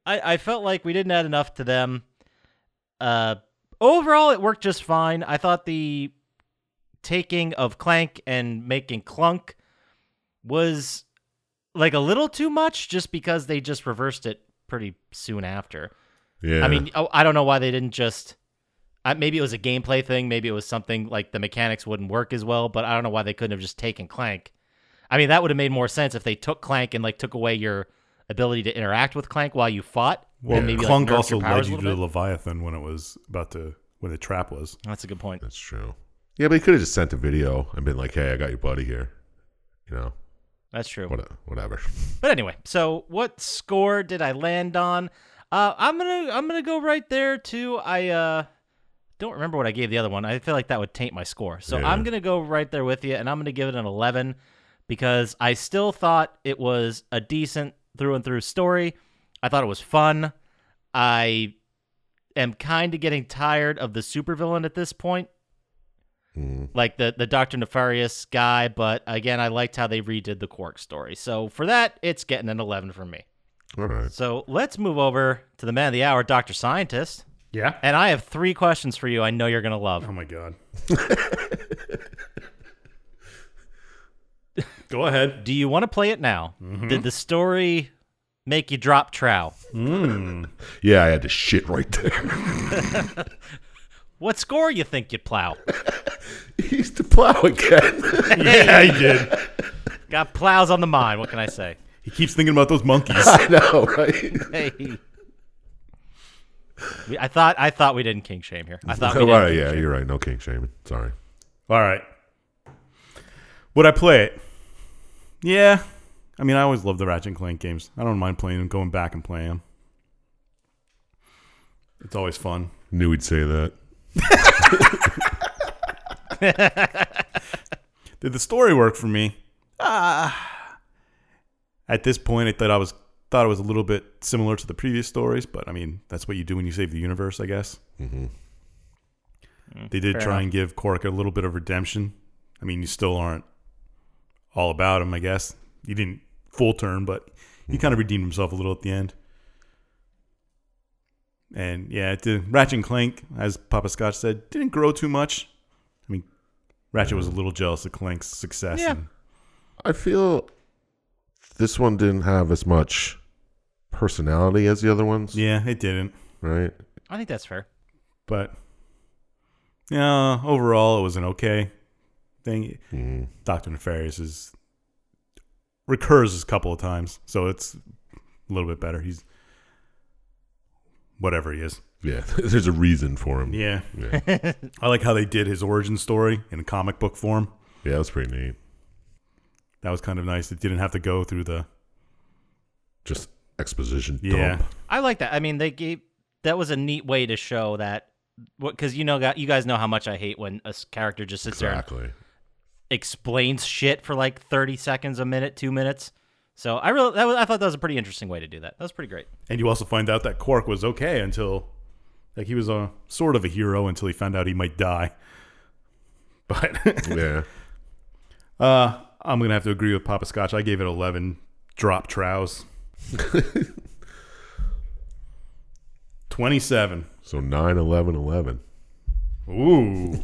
D: I I felt like we didn't add enough to them. Uh, overall, it worked just fine. I thought the taking of Clank and making Clunk was like a little too much, just because they just reversed it pretty soon after.
B: Yeah.
D: I mean, oh, I don't know why they didn't just. I, maybe it was a gameplay thing. Maybe it was something like the mechanics wouldn't work as well. But I don't know why they couldn't have just taken Clank. I mean, that would have made more sense if they took Clank and like took away your ability to interact with Clank while you fought.
C: well,
D: and maybe
C: Clunk
D: like, nerfed
C: also
D: your
C: led
D: powers a
C: you to the
D: little bit.
C: Leviathan when it was about to when the trap was.
D: That's a good point.
B: That's true. Yeah, but he could have just sent a video and been like, "Hey, I got your buddy here," you know,
D: That's true.
B: What- Whatever.
D: But anyway, so what score did I land on? Uh, I'm gonna I'm gonna go right there too. I uh, don't remember what I gave the other one. I feel like that would taint my score. So
B: Yeah.
D: I'm gonna go right there with you, and I'm gonna give it an 11 because I still thought it was a decent through and through story. I thought it was fun. I am kind of getting tired of the supervillain at this point
B: Mm.
D: like the the Doctor Nefarious guy, but again, I liked how they redid the Quark story. So for that, it's getting an eleven from me.
B: All right.
D: So let's move over to the man of the hour, Doctor Scientist,
C: Yeah.
D: and I have three questions for you. I know you're gonna love.
C: Oh my god. Go ahead.
D: Do you want to play it now? Did the story make you drop trow?
B: Yeah, I had to shit right there.
D: What score you think you'd plow?
B: He's to plow again.
C: Yeah, he did.
D: Got plows on the mind. What can I say?
C: He keeps thinking about those monkeys.
B: I know, right?
D: Hey. We- I thought I thought we didn't king shame here. I thought we
B: All
D: did.
B: right, yeah, you're right. No king shaming. Sorry.
C: All right. Would I play it? Yeah. I mean, I always love the Ratchet and Clank games. I don't mind playing them, going back and playing them. It's always fun.
B: Knew he'd say that.
C: Did the story work for me? Ah. At this point, I thought I was thought it was a little bit similar to the previous stories, but I mean, that's what you do when you save the universe, I guess. Mm-hmm. They did
D: Mm, fair
C: try
D: enough.
C: and give Cork a little bit of redemption. I mean, you still aren't all about him, I guess. You didn't full turn, but he kind of redeemed himself a little at the end. And yeah, it did, Ratchet and Clank, as Papa Scotch said, didn't grow too much. I mean, Ratchet was a little jealous of Clank's success.
D: Yeah.
C: and-
B: I feel this one didn't have as much personality as the other ones,
C: yeah, it didn't.
B: right?
D: I think that's fair.
C: But yeah, overall, it was an okay thing.
B: Mm.
C: Doctor Nefarious is recurs a couple of times, so it's a little bit better. He's whatever he is.
B: Yeah, there's a reason for him.
C: Yeah,
B: yeah,
C: I like how they did his origin story in comic book form.
B: Yeah, that's pretty neat.
C: That was kind of nice. It didn't have to go through the
B: Just exposition
C: yeah.
B: dump.
D: I like that. I mean, they gave that was a neat way to show that what because you know got- you guys know how much I hate when a s- character just sits there and
B: Exactly.
D: explains shit for like thirty seconds, a minute, two minutes. So I really that was, I thought that was a pretty interesting way to do that. That was pretty great.
C: And you also find out that Quark was okay until, like, he was a sort of a hero until he found out he might die. But
B: Yeah.
C: uh, I'm gonna have to agree with Papa Scotch. I gave it 11 drop trows. 27.
B: So 9 11 11.
C: Ooh.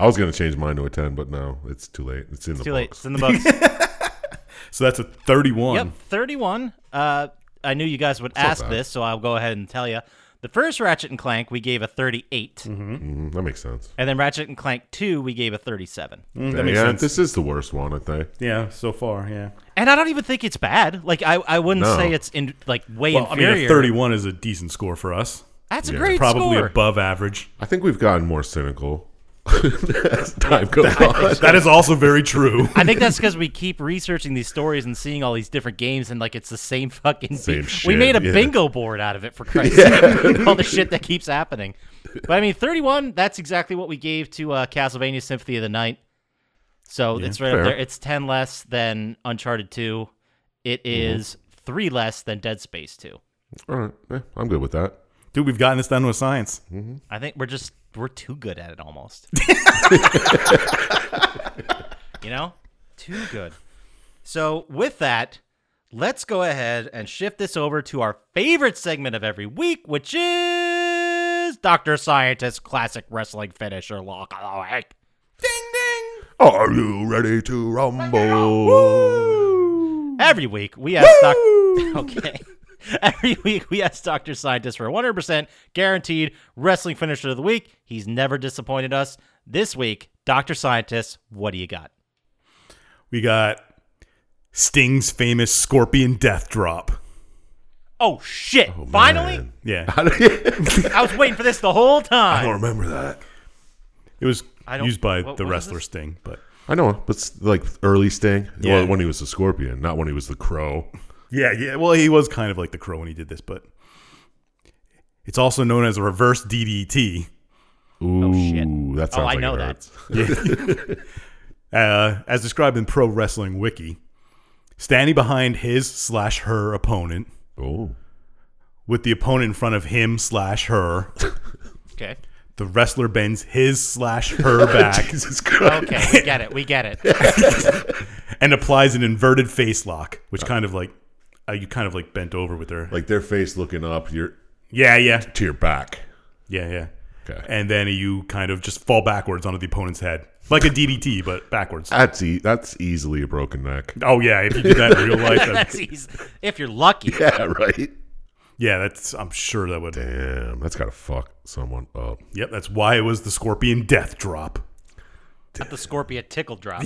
B: I was going to change mine to a 10, but no, it's too late. It's in the
D: Too late.
B: books.
D: It's in the books.
C: So that's a 31.
D: yep, thirty-one. Uh, I knew you guys would ask
B: bad.
D: this, so I'll go ahead and tell you. The first Ratchet and Clank we gave a 38,
B: Mhm, that makes sense.
D: and then Ratchet and Clank 2 we gave a 37.
C: Mm, that makes
B: yeah,
C: sense.
B: this is the worst one, I think.
C: yeah, so far, yeah.
D: And I don't even think it's bad. Like I, I wouldn't
B: No.
D: say it's in like way
C: Well,
D: Oh, inferior.
C: I mean, a 31 is a decent score for us.
D: That's a
B: Yeah.
D: great
C: Probably
D: score.
C: above average.
B: I think we've gotten more cynical as time goes on.
C: That is also very true.
D: I think that's because we keep researching these stories and seeing all these different games, and like it's the same fucking.
B: Same
D: We
B: shit,
D: made a
B: yeah.
D: bingo board out of it for Christ's sake. all the shit that keeps happening. But I mean, thirty-one. That's exactly what we gave to uh, Castlevania Symphony of the Night. So it's right
B: fair.
D: up there. It's ten less than Uncharted Two. It is three less than Dead Space Two.
B: All right. Yeah, I'm good with that.
C: Dude, we've gotten this down to a science.
D: I think we're just we're too good at it almost. you know? Too good. So with that, let's go ahead and shift this over to our favorite segment of every week, which is Dr. Scientist Classic Wrestling Finisher Lock of the Week.
B: Are you ready to rumble?
D: Every week we ask doc- Okay. Every week we ask Dr. Scientist for a 100% guaranteed wrestling finisher of the week. He's never disappointed us. This week, Dr. Scientist, what do you got?
C: We got Sting's famous scorpion death drop.
D: Oh shit. Finally?
B: Man.
C: Yeah.
B: I don't- I
D: I was waiting for this the whole time.
B: don't remember that.
C: It was
D: I don't-
C: used by
D: what-
C: the
D: what was
C: wrestler
D: this?
C: Sting, but
B: I know, but it's like early Sting.
C: Yeah.
B: Well, when he was the Scorpion, not when he was the Crow.
C: Yeah, yeah. Well, he was kind of like the crow when he did this, but it's also known as a reverse DDT.
B: Ooh,
E: shit.
B: that sounds
E: Oh, I
B: like
E: know
B: it
E: that.
B: hurts.
C: Uh, as described in Pro Wrestling Wiki, standing behind his slash her opponent,
B: Oh,
C: with the opponent in front of him slash her,
E: Okay.
C: the wrestler bends his slash her back
B: Jesus Christ!
E: Okay, we get it. We get it.
C: and applies an inverted face lock, which kind of like uh, you kind of like bent over with her.
B: Like their face looking up your
C: yeah, yeah,
B: to your back.
C: yeah, yeah.
B: Okay.
C: And then you kind of just fall backwards onto the opponent's head, like a DDT, but backwards.
B: That's e- that's easily a broken neck.
C: Oh yeah, if you did that in real life, that'd-
E: That's easy. If you're lucky.
B: Yeah, right.
C: yeah, that's I'm sure that would.
B: Damn, that's gotta fuck someone up.
C: Yep, that's why it was the Scorpion Death Drop.
E: Not the Scorpion tickle drop.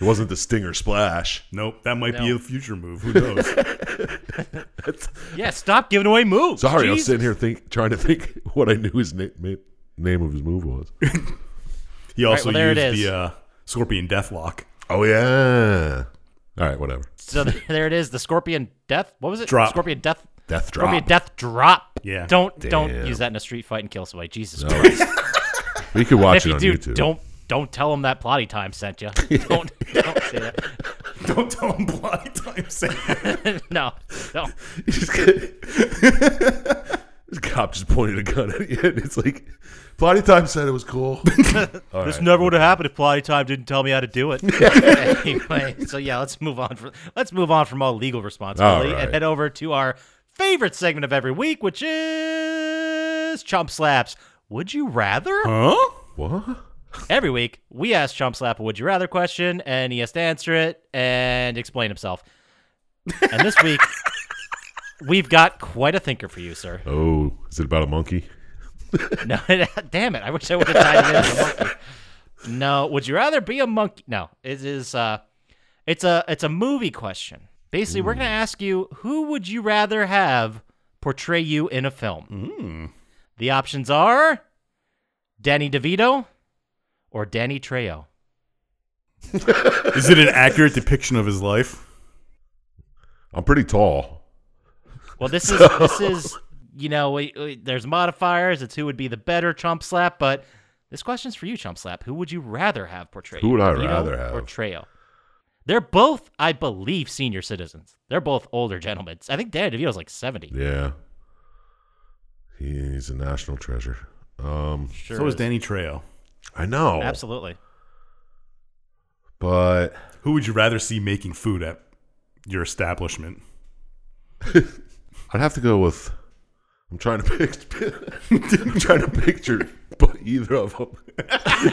B: It wasn't the Stinger Splash.
C: Nope, that might be
E: No.
C: a future move. Who knows?
E: Yeah, stop giving away moves.
B: Sorry, I was
E: Jeez.
B: sitting here think trying to think what I knew his na- ma- name of his move was.
C: He also
E: well, there it
C: used
E: is.
C: the uh, Scorpion Death Lock
B: oh yeah. All right, whatever.
E: So th- there it is. The Scorpion death. What was it?
C: Drop.
E: Scorpion death.
B: Death drop.
E: Scorpion death drop.
C: Yeah.
E: Don't
B: Damn.
E: don't use that in a street fight and kill somebody. Jesus Christ.
B: We could watch
E: if
B: it
E: you
B: on
E: do,
B: YouTube.
E: don't don't tell them that plotty time sent you. don't don't say that.
C: Don't tell him blind time saying.
E: No, no.
B: Just get- this cop just pointed a gun at you, and it's like, Plotty Time said it was cool.
E: this never would have happened if plotty time didn't tell me how to do it. anyway, so yeah, let's move on. From, let's move on from all legal responsibility
B: All right.
E: and head over to our favorite segment of every week, which is Chump Slaps. Would you rather?
C: Huh?
B: what?
E: Every week, we ask Chump Slap a would you rather question, and he has to answer it and explain himself. And this week, we've got quite a thinker for you, sir.
B: Oh, is it about a monkey?
E: No, damn it. I wish I would have tied it in with a monkey. No, would you rather be a monkey? No, it is uh it's a it's a movie question. Basically, we're going to ask you who would you rather have portray you in a film? The options are Danny DeVito or Danny Trejo.
C: Is it an accurate depiction of his life?
B: I'm pretty tall.
E: Well, this is this is you know we, we- there's modifiers. It's who would be the better chump slap, but this question's for you, chump slap. Who would you rather have portrayed?
B: Who would I rather have?
E: or Trejo? They're both, I believe, senior citizens. They're both older gentlemen. I think Danny DeVito's like seventy.
B: Yeah. He's a national treasure. Um,
E: Sure,
C: so is
E: is.
C: Danny Trejo.
B: I know.
E: Absolutely.
B: But
C: Who would you rather see making food at your establishment?
B: I'd have to go with. I'm trying to picture. I'm trying to picture but either of them.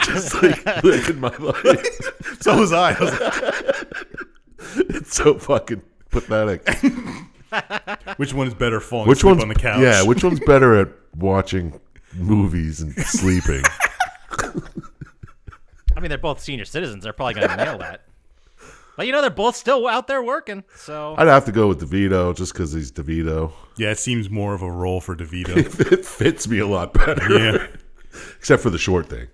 B: Just like living my life.
C: So was I. I was like,
B: It's so fucking pathetic.
C: which one is better, falling
B: which
C: asleep
B: one's
C: on the couch?
B: Yeah, which one's better at watching movies and sleeping?
E: I mean, they're both senior citizens. They're probably gonna nail that. But you know, they're both still out there working. So
B: I'd have to go with DeVito just because he's DeVito.
C: yeah, it seems more of a role for DeVito.
B: It fits me a lot better,
C: yeah,
B: except for the short thing.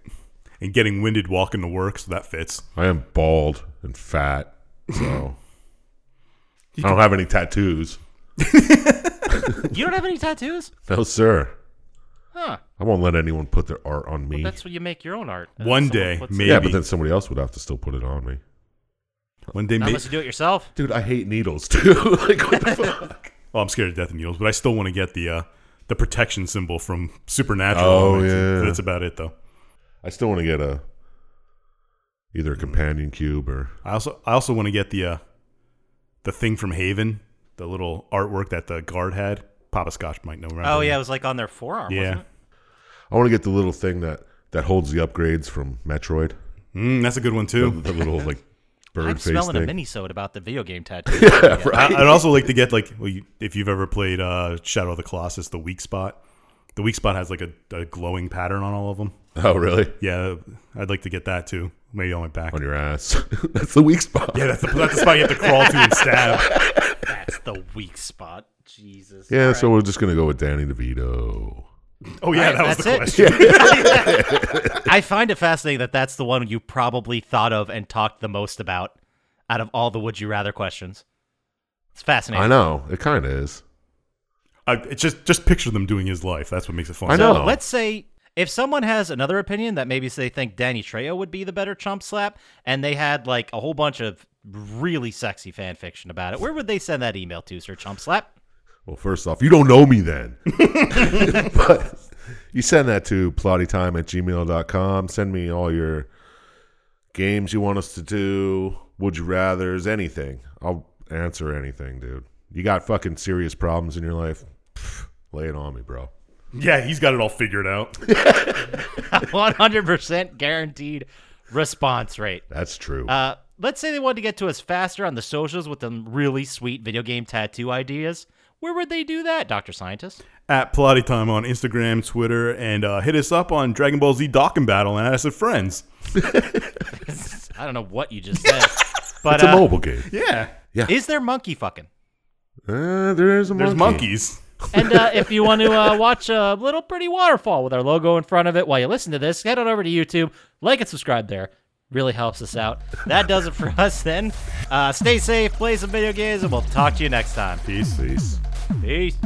C: and getting winded walking to work, so that fits.
B: I am bald and fat, so I don't have any tattoos.
E: you don't have any tattoos,
B: No, sir.
E: huh?
B: I won't let anyone put their art on me.
E: That's when you make your own art. And
C: One
E: someone
C: day,
E: puts-
C: maybe.
B: yeah, but then somebody else would have to still put it on me.
C: One day,
E: Not
C: maybe.
E: unless you do it yourself.
B: Dude, I hate needles too. like, what the fuck?
C: Well, Oh, I'm scared of death and needles, but I still want to get the uh, the protection symbol from Supernatural.
B: Oh,
C: elements.
B: yeah.
C: that's about it though.
B: I still want to get a either a companion cube or
C: I also I also want to get the uh, the thing from Haven, the little artwork that the guard had. Papa Scotch might know. Remember
E: Oh yeah, it was like on their forearm.
C: yeah.
E: Wasn't
B: I want to get the little thing that that holds the upgrades from Metroid.
C: Mm, that's a good one too.
B: The little like
E: it?
B: bird
E: I'm
B: face
E: smelling
B: thing.
E: a mini-sode about the video game tattoo.
C: I, I'd also like to get like well, you, if you've ever played uh, Shadow of the Colossus, the weak spot. The weak spot has like a, a glowing pattern on all of them.
B: oh, really?
C: Yeah, I'd like to get that too. Maybe on my back.
B: On your ass. That's the weak spot.
C: Yeah, that's the, that's the spot you have to crawl to and stab.
E: That's the weak spot. Jesus.
B: Yeah, so we're just gonna go with Danny DeVito.
C: Oh yeah,
D: All right,
C: that was
D: that's
C: the
D: it.
C: question.
D: I find it fascinating that that's the one you probably thought of and talked the most about out of all the would you rather questions. It's fascinating.
B: I know it kind of is.
C: I, it's just just picture them doing his life. That's what makes it fun.
B: I
D: So
B: know.
D: let's say if someone has another opinion that maybe they think Danny Trejo would be the better chump slap, and they had like a whole bunch of really sexy fan fiction about it, where would they send that email to, Sir Chump Slap?
B: Well, first off, you don't know me then. but you send that to plottytime at gmail.com. Send me all your games you want us to do, would you rathers, anything. I'll answer anything, dude. You got fucking serious problems in your life? Pff, lay it on me, bro.
C: Yeah, he's got it all figured out.
D: 100% guaranteed response rate.
B: That's true.
D: Uh, let's say they wanted to get to us faster on the socials with them really sweet video game tattoo ideas. Where would they do that, Dr. Scientist?
C: At Pilati Time on Instagram, Twitter, and uh, hit us up on Dragon Ball Z Docking Battle and add us as friends.
D: I don't know what you just said. But
B: it's a
D: uh,
B: mobile game.
C: Yeah,
D: is there monkey fucking?
B: Uh, there is a
C: there's
B: monkey.
C: monkeys.
D: And uh, if you want to uh, watch a little pretty waterfall with our logo in front of it while you listen to this, head on over to YouTube, like and subscribe there. Really helps us out. That does it for us then. Uh, stay safe, play some video games, and we'll talk to you next time.
B: Peace.
D: Peace.